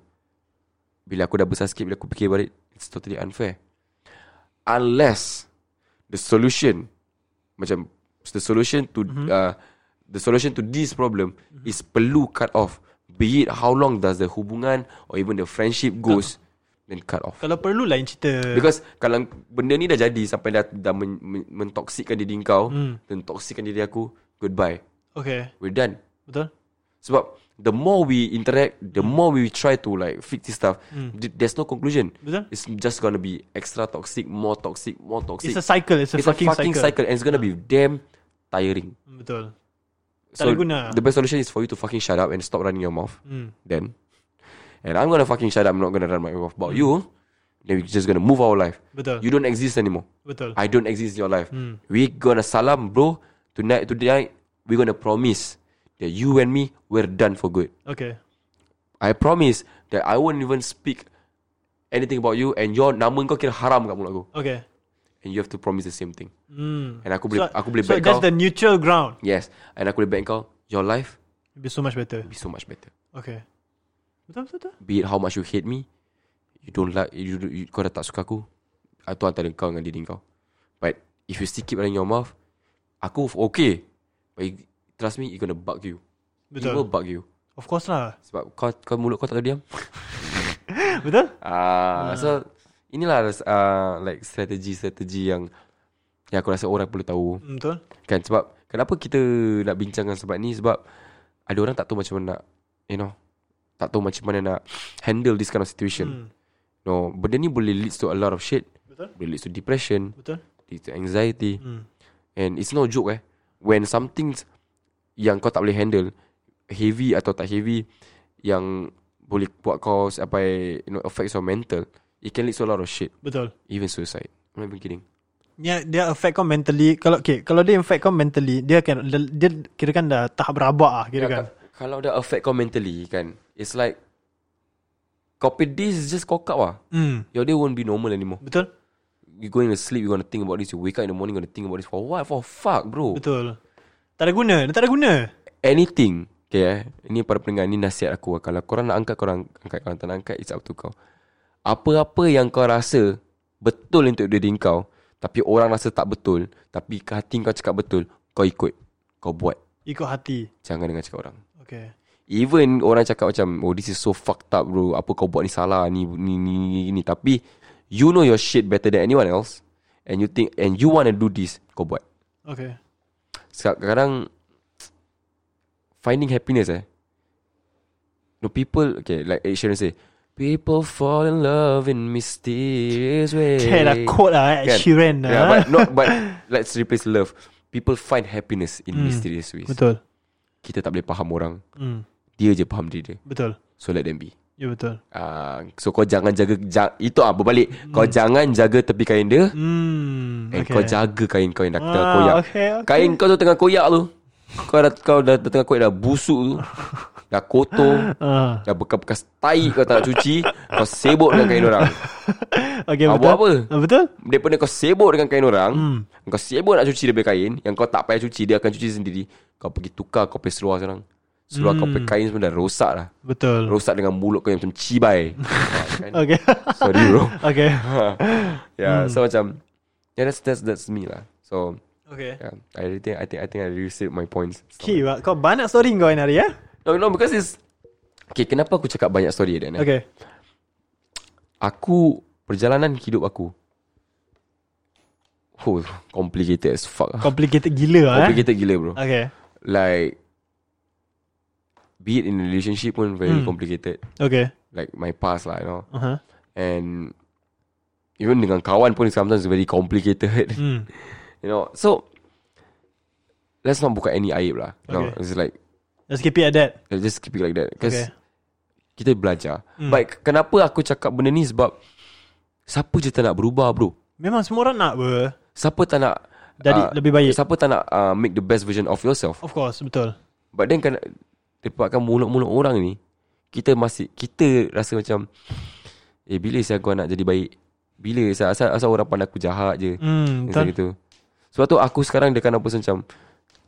Speaker 5: bila aku dah besar sikit bila aku fikir balik it's totally unfair unless the solution macam the solution to mm-hmm. uh, the solution to this problem mm-hmm. is perlu cut off be it how long does the hubungan or even the friendship goes then cut off
Speaker 3: Kalau perlu lain cerita.
Speaker 5: Because kalau benda ni dah jadi sampai dah dah men, men, mentoksikkan diri kau, hmm. dan toksikkan diri aku, goodbye.
Speaker 3: okay.
Speaker 5: We're done.
Speaker 3: Betul?
Speaker 5: Sebab the more we interact, the more we try to like fix this stuff, hmm. there's no conclusion.
Speaker 3: Betul.
Speaker 5: It's just gonna be extra toxic, more toxic, more toxic.
Speaker 3: It's a cycle. It's a
Speaker 5: It's
Speaker 3: fucking, cycle.
Speaker 5: cycle and it's gonna be damn tiring.
Speaker 3: Hmm, Betul. Tak ada guna.
Speaker 5: the best solution is for you to fucking shut up and stop running your mouth.
Speaker 3: Hmm.
Speaker 5: Then, and I'm gonna fucking shut up. I'm not gonna run my mouth about you. Then we're just gonna move our life.
Speaker 3: Hmm. Betul. Hmm.
Speaker 5: You don't exist anymore.
Speaker 3: Betul.
Speaker 5: I don't exist in your life. We gonna salam, bro. Tonight, tonight, we gonna promise that you and me we're done for good.
Speaker 3: okay.
Speaker 5: I promise that I won't even speak anything about you and your nama kau kira haram kat mulut aku.
Speaker 3: Okay.
Speaker 5: And you have to promise the same thing.
Speaker 3: Hmm.
Speaker 5: And aku boleh,
Speaker 3: so,
Speaker 5: aku boleh
Speaker 3: so
Speaker 5: back
Speaker 3: that's
Speaker 5: kau.
Speaker 3: the neutral ground.
Speaker 5: yes, and aku boleh back kau. Your life
Speaker 3: It'd be so much better.
Speaker 5: be so much better.
Speaker 3: Okay. Betul betul betul.
Speaker 5: Be it how much you hate me, you don't like, you, you kau dah tak suka aku, atau antara kau dengan diri kau. But if you still keep running your mouth, aku okay. But you, trust me, it gonna bug you. Betul. It will
Speaker 3: Betul.
Speaker 5: bug you.
Speaker 3: Of course lah.
Speaker 5: Sebab kau, kau mulut kau tak tahu diam.
Speaker 3: Betul?
Speaker 5: Ah, uh, so inilah uh, like strategi-strategi yang yang aku rasa orang perlu tahu.
Speaker 3: Hmm, Betul.
Speaker 5: Kan sebab kenapa kita nak bincangkan sebab ni sebab ada orang tak tahu macam mana nak you know tak tahu macam mana nak handle this kind of situation. Hmm. No, benda ni boleh leads to a lot of shit.
Speaker 3: Betul.
Speaker 5: Boleh leads to depression,
Speaker 3: Betul.
Speaker 5: leads to anxiety.
Speaker 3: Hmm.
Speaker 5: And it's no joke eh When something Yang kau tak boleh handle Heavy atau tak heavy Yang Boleh buat kau Sampai You know Affects your mental It can lead to a lot of shit
Speaker 3: Betul.
Speaker 5: Even suicide I'm not even kidding
Speaker 3: Ya, dia affect kau mentally. Kalau okay, kalau dia affect kau mentally, dia kan dia kira kan dah tahap rabak ah, kira kan.
Speaker 5: Ka- Kalau dah affect kau mentally kan It's like Copy this is just cock up lah
Speaker 3: Hmm.
Speaker 5: Your day won't be normal anymore
Speaker 3: Betul?
Speaker 5: You going to sleep You gonna think about this You wake up in the morning You gonna think about this For what? For fuck bro
Speaker 3: Betul. Tak ada guna, dia tak ada guna.
Speaker 5: anything Okay eh Ini para pendengar Ini nasihat aku lah. Kalau korang nak angkat Korang angkat Kalau tak nak angkat It's up to kau Apa-apa yang kau rasa Betul untuk diri kau Tapi orang rasa tak betul Tapi ke hati kau cakap betul Kau ikut Kau buat
Speaker 3: Ikut hati.
Speaker 5: Jangan dengar cakap orang
Speaker 3: Okay.
Speaker 5: Even orang cakap macam Oh this is so fucked up bro Apa kau buat ni salah Ni ni ni, ni, ni. Tapi You know your shit better than anyone else And you think And you want to do this Kau buat
Speaker 3: Okay.
Speaker 5: Sekad- Kadang Finding happiness eh No people Okay like Ed Sheeran say People fall in love in mysterious ways
Speaker 3: Okay, dah quote lah, Ed Sheeran lah.
Speaker 5: yeah, Kan? Ya, but, not, but let's replace love People find happiness in mm. mysterious ways
Speaker 3: Hmm. Betul.
Speaker 5: Kita tak boleh faham orang
Speaker 3: Hmm.
Speaker 5: Dia je faham diri dia
Speaker 3: Betul.
Speaker 5: So let them be
Speaker 3: Ya betul
Speaker 5: Uh, so kau jangan jaga ja, Itu ah berbalik Kau jangan jaga tepi kain dia
Speaker 3: Hmm
Speaker 5: And okay. Eh, kau jaga kain kau ya- yang dah tengah
Speaker 3: Ah,
Speaker 5: koyak Kan?
Speaker 3: okay, okay.
Speaker 5: Kain kau tu tengah koyak tu Kau dah, kau dah, dah tengah koyak Dah busuk tu Dah kotor
Speaker 3: Ah.
Speaker 5: Dah bekas-bekas tai kau tak nak cuci Kau sibuk dengan kain orang
Speaker 3: Okay
Speaker 5: Kau
Speaker 3: betul
Speaker 5: buat apa?
Speaker 3: Ah, Betul
Speaker 5: Daripada kau sibuk dengan kain orang hmm. Kau sibuk nak cuci daripada kain Yang kau tak payah cuci Dia akan cuci sendiri Kau pergi tukar Kau pergi seluar sekarang Seluar hmm. kau pergi kain semua dah rosak dah
Speaker 3: Betul
Speaker 5: Rosak dengan mulut kau yang macam cibai
Speaker 3: Okay
Speaker 5: Sorry bro
Speaker 3: Okay
Speaker 5: Yeah so macam Yeah that's, that's, that's me lah So
Speaker 3: Okay
Speaker 5: Yeah, I really think I think I think I received my points.
Speaker 3: Okay, Wak, kau banyak story kau hari ya?
Speaker 5: No, no, because it's okay. Kenapa aku cakap banyak story dia? Okay.
Speaker 3: Okay.
Speaker 5: Aku perjalanan hidup aku. Oh, complicated as fuck. lah.
Speaker 3: Complicated gila lah. Eh?
Speaker 5: Complicated gila bro.
Speaker 3: Okay.
Speaker 5: Like, be it in a relationship pun
Speaker 3: Hmm.
Speaker 5: very complicated.
Speaker 3: Okay.
Speaker 5: Like my past lah, you know.
Speaker 3: Uh-huh.
Speaker 5: And even dengan kawan pun sometimes very complicated.
Speaker 3: Hmm.
Speaker 5: You know, so let's not buka any aib lah. You know,
Speaker 3: Okay.
Speaker 5: it's like
Speaker 3: Let's keep it at that.
Speaker 5: Like, just keep it like that Because
Speaker 3: Okay.
Speaker 5: Kita belajar
Speaker 3: Hmm.
Speaker 5: mm. But kenapa aku cakap benda ni Sebab Siapa je tak nak berubah bro
Speaker 3: Memang semua orang nak ber.
Speaker 5: Siapa tak nak ah,
Speaker 3: Jadi lebih baik.
Speaker 5: Siapa tak nak uh, Make the best version of yourself
Speaker 3: Of course, betul.
Speaker 5: But then kan Dapatkan mulut-mulut orang ni Kita masih Kita rasa macam Eh bila saya gua nak jadi baik Bila saya asal, asal orang pandang aku jahat je
Speaker 3: Hmm,
Speaker 5: Macam
Speaker 3: betul.
Speaker 5: gitu Sebab tu aku sekarang Dekan apa macam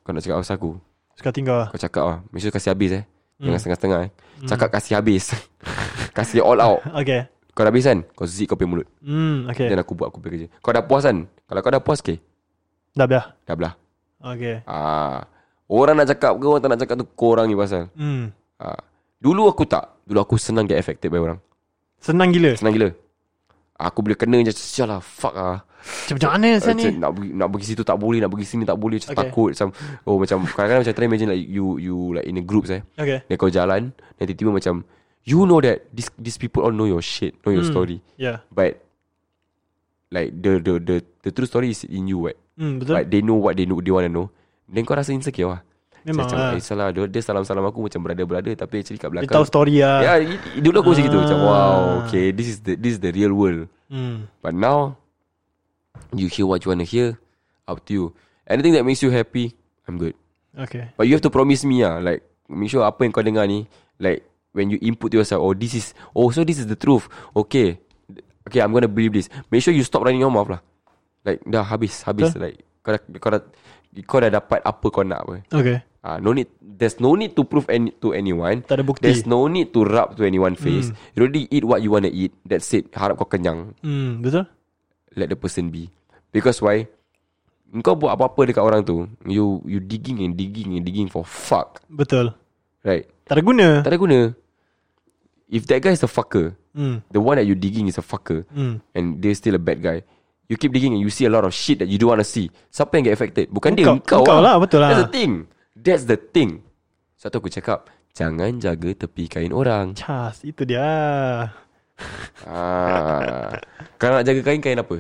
Speaker 5: Kau nak cakap pasal aku
Speaker 3: Suka tinggal.
Speaker 5: Kau cakap lah Make sure kasih habis eh
Speaker 3: Hmm.
Speaker 5: Jangan setengah-setengah eh Cakap kasih habis Kasih all out
Speaker 3: Okay.
Speaker 5: Kau dah habis kan Kau zip kau pergi mulut
Speaker 3: Hmm, okay.
Speaker 5: Dan aku buat aku pergi kerja Kau dah puas kan Kalau kau dah puas ke
Speaker 3: Dah dah.
Speaker 5: Dah belah
Speaker 3: Okay.
Speaker 5: ah, Orang nak cakap ke Orang tak nak cakap tu Korang ni pasal
Speaker 3: Hmm.
Speaker 5: ah. Dulu aku tak Dulu aku senang get affected by orang
Speaker 3: Senang gila.
Speaker 5: Senang gila Aku bila kena je Sial lah fuck lah
Speaker 3: Macam macam mana saya ni?
Speaker 5: Macam nak pergi, nak pergi situ tak boleh Nak pergi sini tak boleh Macam
Speaker 3: Okay.
Speaker 5: okay. takut macam, Oh macam Kadang-kadang macam Try imagine like You you like in a group eh
Speaker 3: Okay.
Speaker 5: Then kau jalan Then tiba-tiba macam You know that this, These people all know your shit Know your
Speaker 3: Hmm.
Speaker 5: story
Speaker 3: Yeah.
Speaker 5: But Like the the the the true story is in you what
Speaker 3: Hmm, betul.
Speaker 5: But they know what they know they want to know Then kau rasa insecure lah
Speaker 3: Memang
Speaker 5: Macam
Speaker 3: lah.
Speaker 5: eh, salah dia, dia salam-salam aku macam berada-berada Tapi actually kat
Speaker 3: Dia
Speaker 5: belakang
Speaker 3: tahu story lah.
Speaker 5: Ya i- dulu aku macam gitu Macam
Speaker 3: Ah.
Speaker 5: wow Okay this is the this is the real world
Speaker 3: Hmm.
Speaker 5: But now You hear what you want to hear Up to you Anything that makes you happy I'm good
Speaker 3: Okay.
Speaker 5: But you have to promise me ah, like make sure apa yang kau dengar ni, like when you input to yourself, oh this is, oh so this is the truth. Okay, okay, I'm gonna believe this. Make sure you stop running your mouth lah. Like dah habis, habis like kau dah, kau dah, kau dah dapat apa kau nak apa.
Speaker 3: Okay.
Speaker 5: Ah, no need. There's no need to prove any to anyone.
Speaker 3: Tak ada bukti. Hmm.
Speaker 5: There's no need to rub to anyone face. You already eat what you wanna eat. That's it. Harap kau kenyang.
Speaker 3: Hmm, betul.
Speaker 5: Let the person be. Because why? Kau buat apa-apa dekat orang tu, you you digging and digging and digging for fuck.
Speaker 3: Betul.
Speaker 5: Right
Speaker 3: Tak ada guna.
Speaker 5: Tak ada guna If that guy is a fucker
Speaker 3: Hmm.
Speaker 5: The one that you digging is a fucker
Speaker 3: Hmm.
Speaker 5: And they're still a bad guy You keep digging and you see a lot of shit That you don't want to see Siapa yang get affected Bukan dia Engkau,
Speaker 3: Engkau- engkau lah, betul lah.
Speaker 5: That's the thing That's the thing Satu aku cakap Jangan jaga tepi kain orang
Speaker 3: Cas, itu dia.
Speaker 5: ah. Kalau nak jaga kain Kain apa?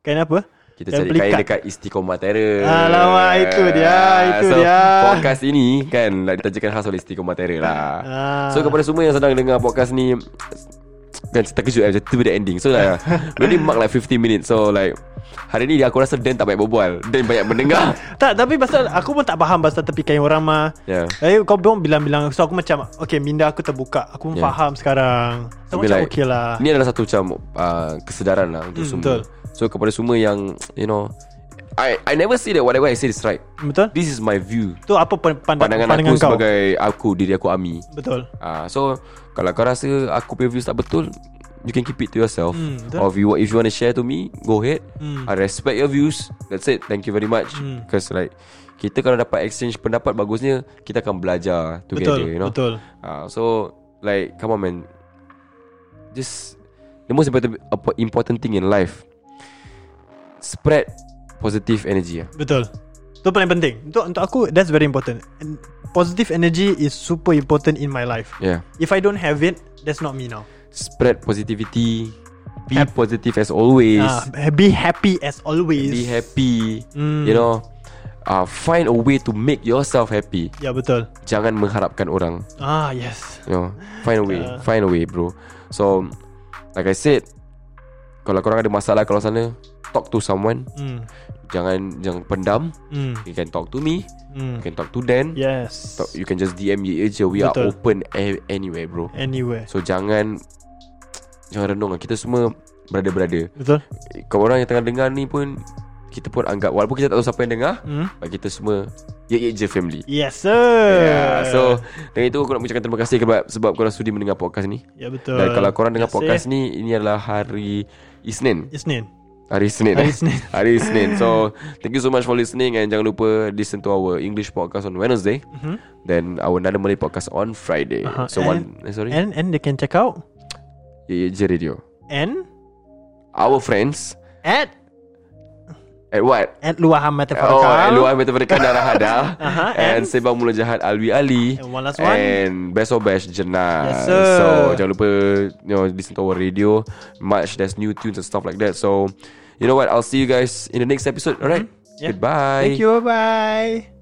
Speaker 3: Kain apa?
Speaker 5: Kita
Speaker 3: Kain
Speaker 5: cari
Speaker 3: pelikat.
Speaker 5: kain dekat Istiqomah Terror
Speaker 3: Alamak, itu dia, itu
Speaker 5: so,
Speaker 3: dia.
Speaker 5: podcast ini kan like, Ditajakan khas oleh Istiqomah Terror lah
Speaker 3: Ah.
Speaker 5: So kepada semua yang sedang dengar podcast ni Kan terkejut eh Macam tiba the ending So like We already mark like 50 minutes So like Hari ni aku rasa Dan tak banyak berbual Dan banyak mendengar
Speaker 3: Tak tapi pasal Aku pun tak faham Pasal tepi kain orang mah
Speaker 5: Ya.
Speaker 3: Eh kau pun bilang-bilang So aku macam Okay minda aku terbuka Aku pun
Speaker 5: Ya.
Speaker 3: faham sekarang So
Speaker 5: Tapi
Speaker 3: macam okay lah
Speaker 5: Ni adalah satu macam uh, Kesedaran lah Untuk
Speaker 3: Hmm,
Speaker 5: semua
Speaker 3: betul.
Speaker 5: So kepada semua yang You know I I never say that whatever I say is right
Speaker 3: Betul
Speaker 5: This is my view
Speaker 3: Tu apa pen- pandang,
Speaker 5: Pandangan,
Speaker 3: pandangan
Speaker 5: aku
Speaker 3: kau
Speaker 5: sebagai Aku Diri aku Ami
Speaker 3: Betul
Speaker 5: Ah, uh, so kalau kau rasa aku punya views tak betul, you can keep it to yourself.
Speaker 3: Hmm, betul.
Speaker 5: Or if you if you want to share to me, go ahead.
Speaker 3: Hmm.
Speaker 5: I respect your views. That's it. Thank you very much. Because like kita kalau dapat exchange pendapat bagusnya kita akan belajar together,
Speaker 3: Betul
Speaker 5: you know.
Speaker 3: Betul
Speaker 5: Ah, so like come on man. Just the most important important thing in life. Spread positive energy. ah.
Speaker 3: Betul Itu paling penting Untuk, untuk aku That's very important And Positive energy Is super important In my life
Speaker 5: Yeah.
Speaker 3: If I don't have it That's not me now
Speaker 5: Spread positivity. Be
Speaker 3: Hap-
Speaker 5: positive as always.
Speaker 3: Ah, Be happy as always
Speaker 5: be happy
Speaker 3: Mm.
Speaker 5: you know Ah, uh, find a way to make yourself happy
Speaker 3: Ya betul
Speaker 5: jangan mengharapkan orang
Speaker 3: Ah yes
Speaker 5: You know, find a way, find a way, bro. So, like I said, kalau korang ada masalah kalau sana, talk to someone.
Speaker 3: Hmm.
Speaker 5: Jangan jangan pendam.
Speaker 3: Hmm.
Speaker 5: You can talk to me.
Speaker 3: Hmm.
Speaker 5: You can talk to Dan.
Speaker 3: Yes.
Speaker 5: Talk, you can just DM me aja. We are
Speaker 3: Betul.
Speaker 5: open a- anywhere, bro.
Speaker 3: Anywhere.
Speaker 5: So jangan jangan renung lah. Kita semua berada-berada.
Speaker 3: Betul?
Speaker 5: Kau orang yang tengah dengar ni pun kita pun anggap walaupun kita tak tahu siapa yang dengar,
Speaker 3: Hmm.
Speaker 5: but kita semua ye ye je family.
Speaker 3: Yes, sir.
Speaker 5: Yeah. So Dengan itu aku nak ucapkan terima kasih sebab, sebab korang sudi mendengar podcast ni
Speaker 3: ya betul.
Speaker 5: Dan kalau korang dengar
Speaker 3: Terima
Speaker 5: podcast
Speaker 3: kasih.
Speaker 5: ni Ini adalah hari Isnin
Speaker 3: Isnin.
Speaker 5: Hari Isnin
Speaker 3: Hari
Speaker 5: eh?
Speaker 3: Isnin.
Speaker 5: Hari Isnin So Thank you so much for listening And jangan lupa Listen to our English podcast on Wednesday Then our another Malay podcast on Friday
Speaker 3: Mm-hmm. Uh-huh.
Speaker 5: So one eh, Sorry
Speaker 3: And and they can check out
Speaker 5: Ye Ye Je Radio
Speaker 3: and
Speaker 5: Our friends
Speaker 3: at
Speaker 5: At what?
Speaker 3: at Luahan Mata
Speaker 5: Oh,
Speaker 3: Farakal.
Speaker 5: Luar Metaphorical Darah Hada
Speaker 3: Aha,
Speaker 5: And
Speaker 3: and-
Speaker 5: Sebab Mula Jahat Alwi Ali
Speaker 3: Uh-huh, And one last one.
Speaker 5: And Best of Best
Speaker 3: Yes,
Speaker 5: Jenaz
Speaker 3: sir.
Speaker 5: So jangan lupa You know Listen to our radio Much there's new tunes And stuff like that So You know what I'll see you guys In the next episode Alright
Speaker 3: Mm-hmm. Yeah.
Speaker 5: Goodbye
Speaker 3: Thank you. Bye.